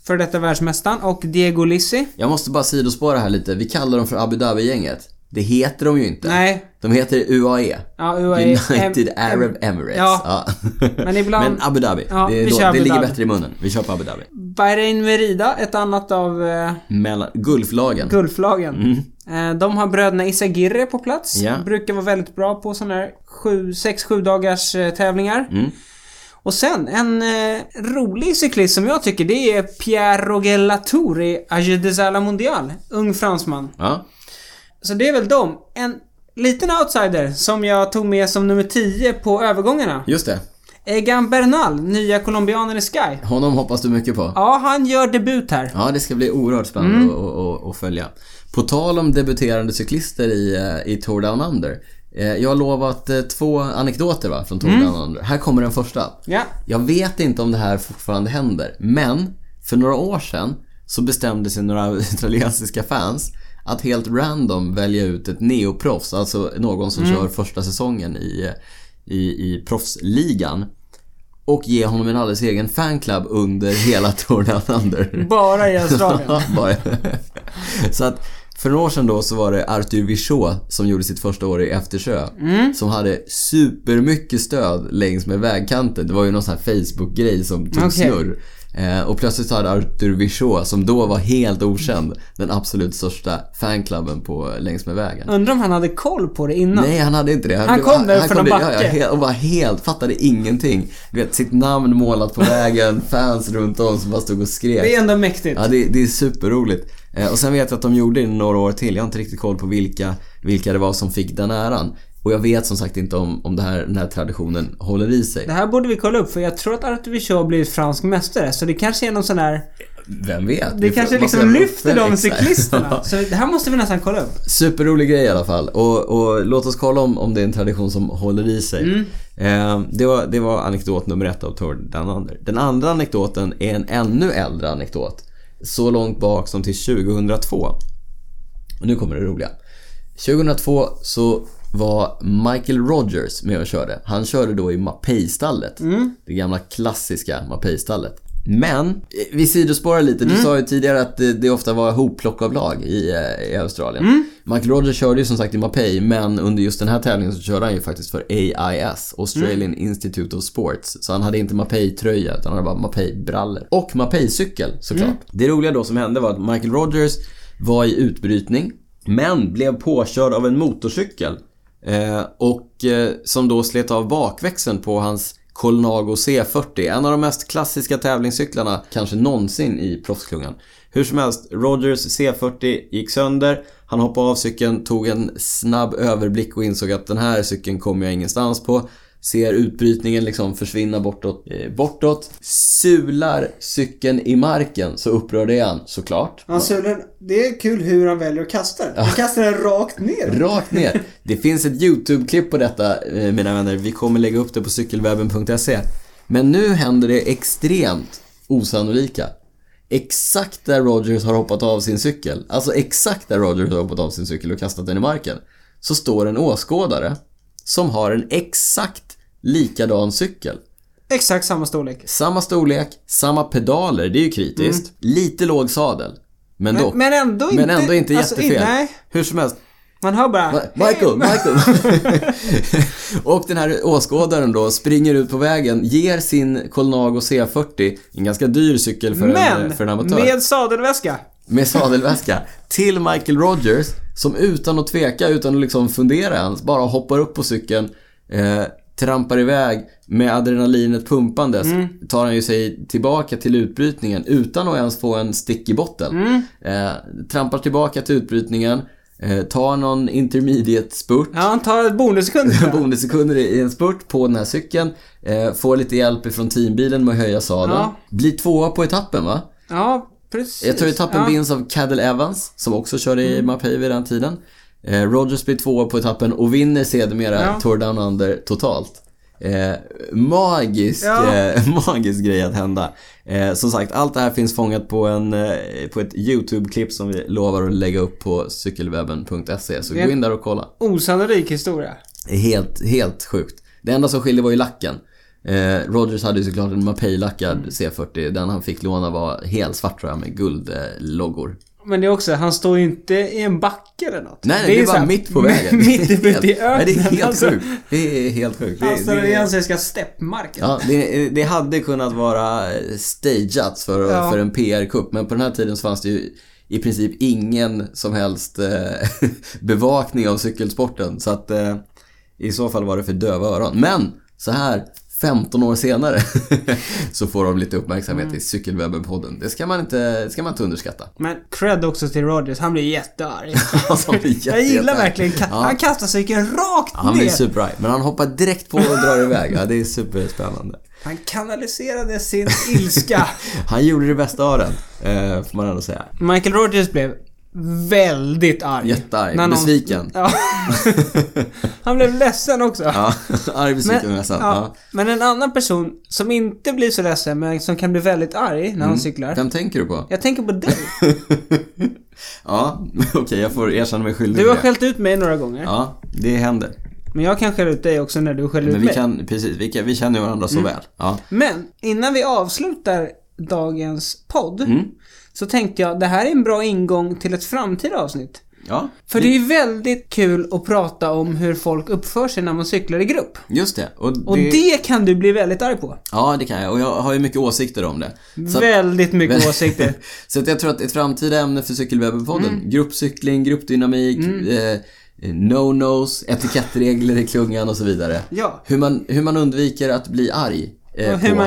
Speaker 1: för detta världsmästaren, och Diego Lissi.
Speaker 2: Jag måste bara sidospåra här lite. Vi kallar dem för Abu Dhabi-gänget. Det heter de ju inte.
Speaker 1: Nej.
Speaker 2: De heter E. UAE.
Speaker 1: Ja, E UAE.
Speaker 2: United
Speaker 1: Em-
Speaker 2: Arab Emirates.
Speaker 1: Ja.
Speaker 2: <laughs>
Speaker 1: Men ibland-
Speaker 2: Men Abu Dhabi.
Speaker 1: Ja,
Speaker 2: det är
Speaker 1: vi
Speaker 2: då,
Speaker 1: kör Abu
Speaker 2: det ligger
Speaker 1: Dhabi.
Speaker 2: bättre i munnen. Vi kör på Abu Dhabi.
Speaker 1: Bahrain Merida, ett annat av eh,
Speaker 2: Mellan, Gulflagen.
Speaker 1: Gulflagen. Eh, de har bröderna Isagirre på plats.
Speaker 2: Mm. Ja.
Speaker 1: Brukar vara väldigt bra på sådana här 6-7 dagars eh, tävlingar.
Speaker 2: Mm.
Speaker 1: Och sen en eh, rolig cyklist som jag tycker det är Pierre Roger Latour i Age des Ala Mondial. Ung fransman.
Speaker 2: Ja.
Speaker 1: Så det är väl dem. En liten outsider som jag tog med som nummer 10 på övergångarna.
Speaker 2: Just det.
Speaker 1: Egan Bernal, nya colombianen i Sky.
Speaker 2: Honom hoppas du mycket på.
Speaker 1: Ja, han gör debut här.
Speaker 2: Ja, det ska bli oerhört spännande
Speaker 1: Mm.
Speaker 2: att, att, att följa. På tal om debuterande cyklister i, eh, i Tour Down Under. Eh, Jag har lovat eh, två anekdoter va, från Tour Down Under. Här kommer den första.
Speaker 1: Mm. Ja.
Speaker 2: Jag vet inte om det här fortfarande händer, men för några år sedan så bestämde sig några <laughs> australiensiska fans att helt random välja ut ett neoproffs, alltså någon som
Speaker 1: Mm.
Speaker 2: kör första säsongen i, i, i proffsligan. Och ge honom en alldeles egen fanclub under hela <laughs> Tour Down Under.
Speaker 1: Bara i Australien.
Speaker 2: Ja, <laughs> bara. Så att för några år sedan då så var det Arthur Vichot som gjorde sitt första år i Eftersjö.
Speaker 1: Mm.
Speaker 2: Som hade supermycket stöd längs med vägkanten. Det var ju någon sån här Facebook-grej som tog
Speaker 1: Okej.
Speaker 2: snurr. Eh, och plötsligt hade Arthur Vichot, som då var helt okänd, den absolut största fanklubben på, längs med vägen.
Speaker 1: Undrar om han hade koll på det innan.
Speaker 2: Nej, han hade inte det.
Speaker 1: Han kom där för någon
Speaker 2: dit, ja,
Speaker 1: backe.
Speaker 2: ja, helt- och var helt, fattade ingenting. Du vet, sitt namn målat på vägen, fans runt om som bara stod och skrek.
Speaker 1: Det är ändå mäktigt.
Speaker 2: Ja, det, det är superroligt. Eh, och sen vet jag att de gjorde det några år till. Jag har inte riktigt koll på vilka, vilka det var som fick den äran. Och jag vet som sagt inte om, om det här, den här traditionen håller i sig.
Speaker 1: Det här borde vi kolla upp för jag tror att Arthur Vichot har blivit fransk mästare så det kanske är någon sån där...
Speaker 2: Vem vet?
Speaker 1: Det
Speaker 2: Vi får-
Speaker 1: kanske
Speaker 2: måste
Speaker 1: liksom
Speaker 2: lämna
Speaker 1: lyfter
Speaker 2: upp det.
Speaker 1: de
Speaker 2: <laughs> Exakt.
Speaker 1: cyklisterna. Så det här måste vi nästan kolla upp.
Speaker 2: Superrolig grej i alla fall. Och, och låt oss kolla om, om det är en tradition som håller i sig.
Speaker 1: Mm.
Speaker 2: Eh, det, var, det var anekdot nummer ett av Tord den andra. Den andra anekdoten är en ännu äldre anekdot. Så långt bak som till 2002. Och nu kommer det roliga. 2002 så var Michael Rogers med och körde. Han körde då i Mapei-stallet. Det gamla klassiska Mapei-stallet. Men, eh, vi sidospårar lite. Du sa ju tidigare att det, det ofta var hopplock av lag i, eh, i Australien. Michael Rogers körde ju som sagt i Mapei, men under just den här tävlingen så körde han ju faktiskt för AIS, Australian Institute of Sports. Så han hade inte Mapei-tröja, utan han hade bara Mapei-brallor. Och Mapei-cykel, såklart. Det roliga då som hände var att Michael Rogers var i utbrytning men blev påkörd av en motorcykel eh, och eh, som då slet av bakväxeln på hans Colnago C40, en av de mest klassiska tävlingscyklarna kanske någonsin i proffsklungan. Hur som helst, Rogers C40 gick sönder, han hoppade av cykeln, tog en snabb överblick och insåg att den här cykeln kommer jag ingenstans på. Ser utbrytningen liksom försvinna bortåt, eh, bortåt. Sular cykeln i marken, så upprörd är han såklart.
Speaker 1: Alltså, den- det är kul hur han väljer att kasta den. Han kastar den rakt ner.
Speaker 2: Rakt ner. Det finns ett YouTube-klipp på detta, eh, mina vänner. Vi kommer lägga upp det på cykelwebben.se. Men nu händer det extremt osannolika. Exakt där Rogers har hoppat av sin cykel, alltså exakt där Rogers har hoppat av sin cykel och kastat den i marken, så står en åskådare som har en exakt likadan cykel.
Speaker 1: Exakt samma storlek.
Speaker 2: Samma storlek, samma pedaler, det är ju kritiskt. Lite låg sadel, men dock.
Speaker 1: Mm. Men, men ändå inte...
Speaker 2: Men ändå inte
Speaker 1: alltså,
Speaker 2: jättefel.
Speaker 1: Nej,
Speaker 2: Hur som helst,
Speaker 1: man hör bara...
Speaker 2: Ma- Michael, Michael! <laughs> och den här åskådaren då springer ut på vägen, ger sin Colnago C40, en ganska dyr cykel för, en,
Speaker 1: Men!
Speaker 2: för en amatör, med...
Speaker 1: Med sadelväska.
Speaker 2: sadelväska, till Michael Rogers som utan att tveka, utan att liksom fundera ens, bara hoppar upp på cykeln, eh, trampar iväg med adrenalinet pumpandes, tar han ju sig tillbaka till utbrytningen utan att ens få en stick i botten. Eh, trampar tillbaka till utbrytningen, eh, tar någon intermediate-spurt
Speaker 1: Ja, han tar
Speaker 2: <laughs>
Speaker 1: bonussekunder.
Speaker 2: Ja. bonussekunder i en spurt på den här cykeln. Eh, får lite hjälp ifrån teambilen med att höja sadeln.
Speaker 1: Ja.
Speaker 2: Blir tvåa på etappen va?
Speaker 1: Ja, precis.
Speaker 2: Jag tror etappen
Speaker 1: ja. Mm.
Speaker 2: vinns av Cadel Evans, som också körde i Mapei vid den tiden. Eh, Rogers blir tvåa på etappen och vinner sedermera
Speaker 1: Ja.
Speaker 2: Tour Down Under totalt. Eh, magisk,
Speaker 1: Ja.
Speaker 2: eh, <laughs> magisk grej att hända. Eh, som sagt, allt det här finns fångat på, en, eh, på ett YouTube-klipp som vi lovar att lägga upp på cykelwebben.se. Så
Speaker 1: Det-
Speaker 2: gå in där och kolla.
Speaker 1: Osannolik historia.
Speaker 2: Är Helt, helt sjukt. Det enda som skilde var ju lacken. Eh, Rogers hade ju såklart en Mapei-lackad
Speaker 1: Mm.
Speaker 2: C40. Den han fick låna var helt svart tror jag med guldloggor. Eh, loggor.
Speaker 1: Men det är också, han står ju inte i en backe eller något.
Speaker 2: nej, nej, det,
Speaker 1: är
Speaker 2: är bara
Speaker 1: så här-
Speaker 2: mitt på
Speaker 1: <laughs>
Speaker 2: vägen.
Speaker 1: mitt ute
Speaker 2: <laughs> Helt-
Speaker 1: i öknen.
Speaker 2: Nej, det är helt
Speaker 1: alltså.
Speaker 2: sjukt. Det är helt sjukt. Det,
Speaker 1: Han står
Speaker 2: Alltså, det,
Speaker 1: i ansiktiska steppmarken.
Speaker 2: ja, det, det hade kunnat vara stageat för,
Speaker 1: Ja.
Speaker 2: för en PR-kupp. Men på den här tiden så fanns det ju i princip ingen som helst eh, <laughs> bevakning av cykelsporten. Så att eh, i så fall var det för döva öron. Men så här 15 år senare <laughs> så får de lite uppmärksamhet
Speaker 1: Mm.
Speaker 2: i Cykelwebben-podden. Det ska man inte, det ska man inte underskatta. <laughs>
Speaker 1: Men cred också till Rogers, han blir jättearg.
Speaker 2: Alltså, han blir
Speaker 1: Jag
Speaker 2: jätte-
Speaker 1: gillar
Speaker 2: jätte-
Speaker 1: verkligen, ka-
Speaker 2: Ja.
Speaker 1: han kastar cykeln rakt
Speaker 2: Han blir
Speaker 1: ner.
Speaker 2: superarg, men han hoppar direkt på och drar iväg. Ja, det är superspännande.
Speaker 1: Han kanaliserade sin
Speaker 2: <laughs>
Speaker 1: ilska.
Speaker 2: Han gjorde det bästa av den, eh, får man ändå säga.
Speaker 1: Michael Rogers blev väldigt arg.
Speaker 2: Jättearg,
Speaker 1: När någon-
Speaker 2: besviken.
Speaker 1: Ja. <laughs> han blev ledsen också.
Speaker 2: Ja, arg besviken men, nästan.
Speaker 1: ja.
Speaker 2: Ja.
Speaker 1: men en annan person som inte blir så ledsen men som kan bli väldigt arg när
Speaker 2: Mm.
Speaker 1: han cyklar.
Speaker 2: Vem tänker du på?
Speaker 1: Jag tänker på dig.
Speaker 2: <laughs> Ja, okej jag får erkänna mig skyldig
Speaker 1: Du har
Speaker 2: för det.
Speaker 1: skällt ut mig några gånger.
Speaker 2: Ja, det händer.
Speaker 1: Men jag kan skälla ut dig också när du skäller ut
Speaker 2: Men vi
Speaker 1: mig.
Speaker 2: kan, precis, vi, kan, vi känner
Speaker 1: Mm.
Speaker 2: varandra så väl. Ja.
Speaker 1: Men innan vi avslutar
Speaker 2: Mm.
Speaker 1: dagens podd så tänkte jag det här är en bra ingång till ett framtida avsnitt.
Speaker 2: Ja,
Speaker 1: För det är ju väldigt kul att prata om hur folk uppför sig när man cyklar i grupp.
Speaker 2: just det. Och det,
Speaker 1: Och det kan du bli väldigt arg på.
Speaker 2: Ja, det kan jag. Och jag har ju mycket åsikter om det. Så att-
Speaker 1: väldigt mycket åsikter.
Speaker 2: <laughs>
Speaker 1: Mm.
Speaker 2: så att jag tror att ett framtida ämne för Cykelwebben-podden, gruppcykling, gruppdynamik, eh, no-nos, etikettregler i klungan och så vidare.
Speaker 1: Ja.
Speaker 2: Hur man, hur man undviker att bli arg. eh,
Speaker 1: Och hur
Speaker 2: på,
Speaker 1: man-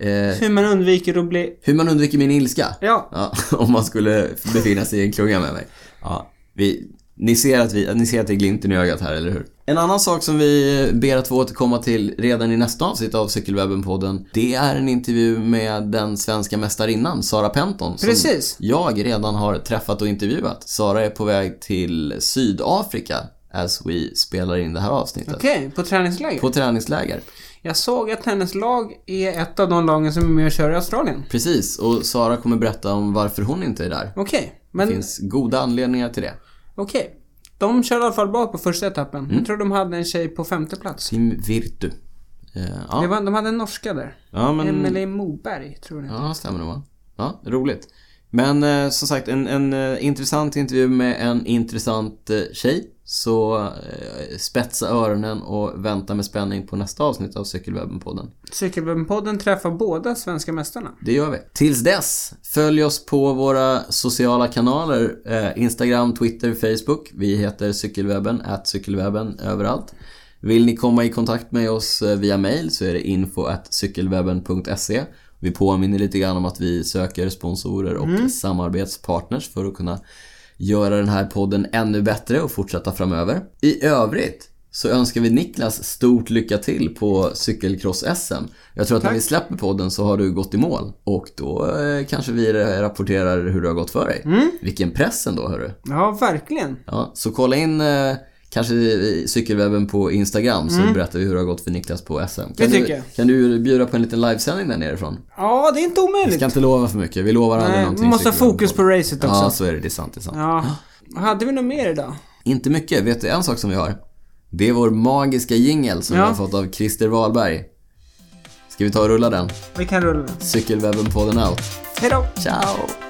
Speaker 2: eh,
Speaker 1: Hur man undviker att bli...
Speaker 2: hur man undviker min ilska.
Speaker 1: Ja.
Speaker 2: <laughs> om man skulle befinna sig i en klunga med mig. Ja, vi, ni, ser att vi, ni ser att det är glimten i ögat här, eller hur? En annan sak som vi ber att få återkomma till redan i nästa avsnitt av Cykelwebben-podden, det är en intervju med den svenska mästarinnan Sara Penton. som
Speaker 1: Precis.
Speaker 2: jag redan har träffat och intervjuat. Sara är på väg till Sydafrika as we spelar in det här avsnittet.
Speaker 1: Okej, på träningsläger.
Speaker 2: På träningsläger.
Speaker 1: Jag såg att hennes lag är ett av de lagen som är med och kör i Australien.
Speaker 2: Precis, och Sara kommer berätta om varför hon inte är där.
Speaker 1: Okej,
Speaker 2: Det
Speaker 1: men
Speaker 2: finns goda anledningar till det.
Speaker 1: okej. De kör i alla fall bra på första etappen.
Speaker 2: Mm.
Speaker 1: Jag tror de hade en tjej på femte plats.
Speaker 2: Tim Virtu. Eh, ja.
Speaker 1: Det var, de hade en norska där.
Speaker 2: ja, men...
Speaker 1: Emelie Moberg, tror jag.
Speaker 2: Ja, stämmer det va? Ja, roligt. Men eh, som sagt, en, en eh, intressant intervju med en intressant eh, tjej. Så eh, spetsa öronen och vänta med spänning på nästa avsnitt av Cykelwebben-podden.
Speaker 1: Cykelwebben-podden träffar båda svenska mästarna.
Speaker 2: Det gör vi. Tills dess, följ oss på våra sociala kanaler. Eh, Instagram, Twitter, Facebook. Vi heter cykelwebben, at cykelwebben överallt. Vill ni komma i kontakt med oss eh, via mail så är det info at cykelwebben.se. Vi påminner lite grann om att vi söker sponsorer och samarbetspartners för att kunna göra den här podden ännu bättre och fortsätta framöver. I övrigt så önskar vi Niklas stort lycka till på cykelcross-SM. Jag tror att när vi släpper podden så har du gått i mål och då eh, kanske vi rapporterar hur det har gått för dig.
Speaker 1: Mm.
Speaker 2: Vilken press ändå hörru.
Speaker 1: Ja, verkligen.
Speaker 2: Ja, så kolla in eh, kanske i- i cykelwebben på Instagram så berättar vi hur det har gått för Niklas på SM. Kan,
Speaker 1: Mm. tycker
Speaker 2: du,
Speaker 1: jag.
Speaker 2: kan du bjuda på en liten livesändning där nerifrån?
Speaker 1: Ja, det är inte
Speaker 2: Vi
Speaker 1: omöjligt.
Speaker 2: ska inte lova för mycket, vi lovar aldrig
Speaker 1: Nej,
Speaker 2: någonting.
Speaker 1: vi måste ha
Speaker 2: i Cykelwebben-podden.
Speaker 1: fokus på racet också.
Speaker 2: Ja,
Speaker 1: Ja.
Speaker 2: så är det. Det är sant. Det är sant.
Speaker 1: Hade vi något mer idag?
Speaker 2: Inte mycket. Vet du en sak som vi har? Det är vår magiska jingel som
Speaker 1: Ja.
Speaker 2: vi har fått av Christer Wahlberg. Ska vi ta och rulla den?
Speaker 1: Vi kan rulla.
Speaker 2: Cykelwebben-podden out.
Speaker 1: Hej då!
Speaker 2: Ciao!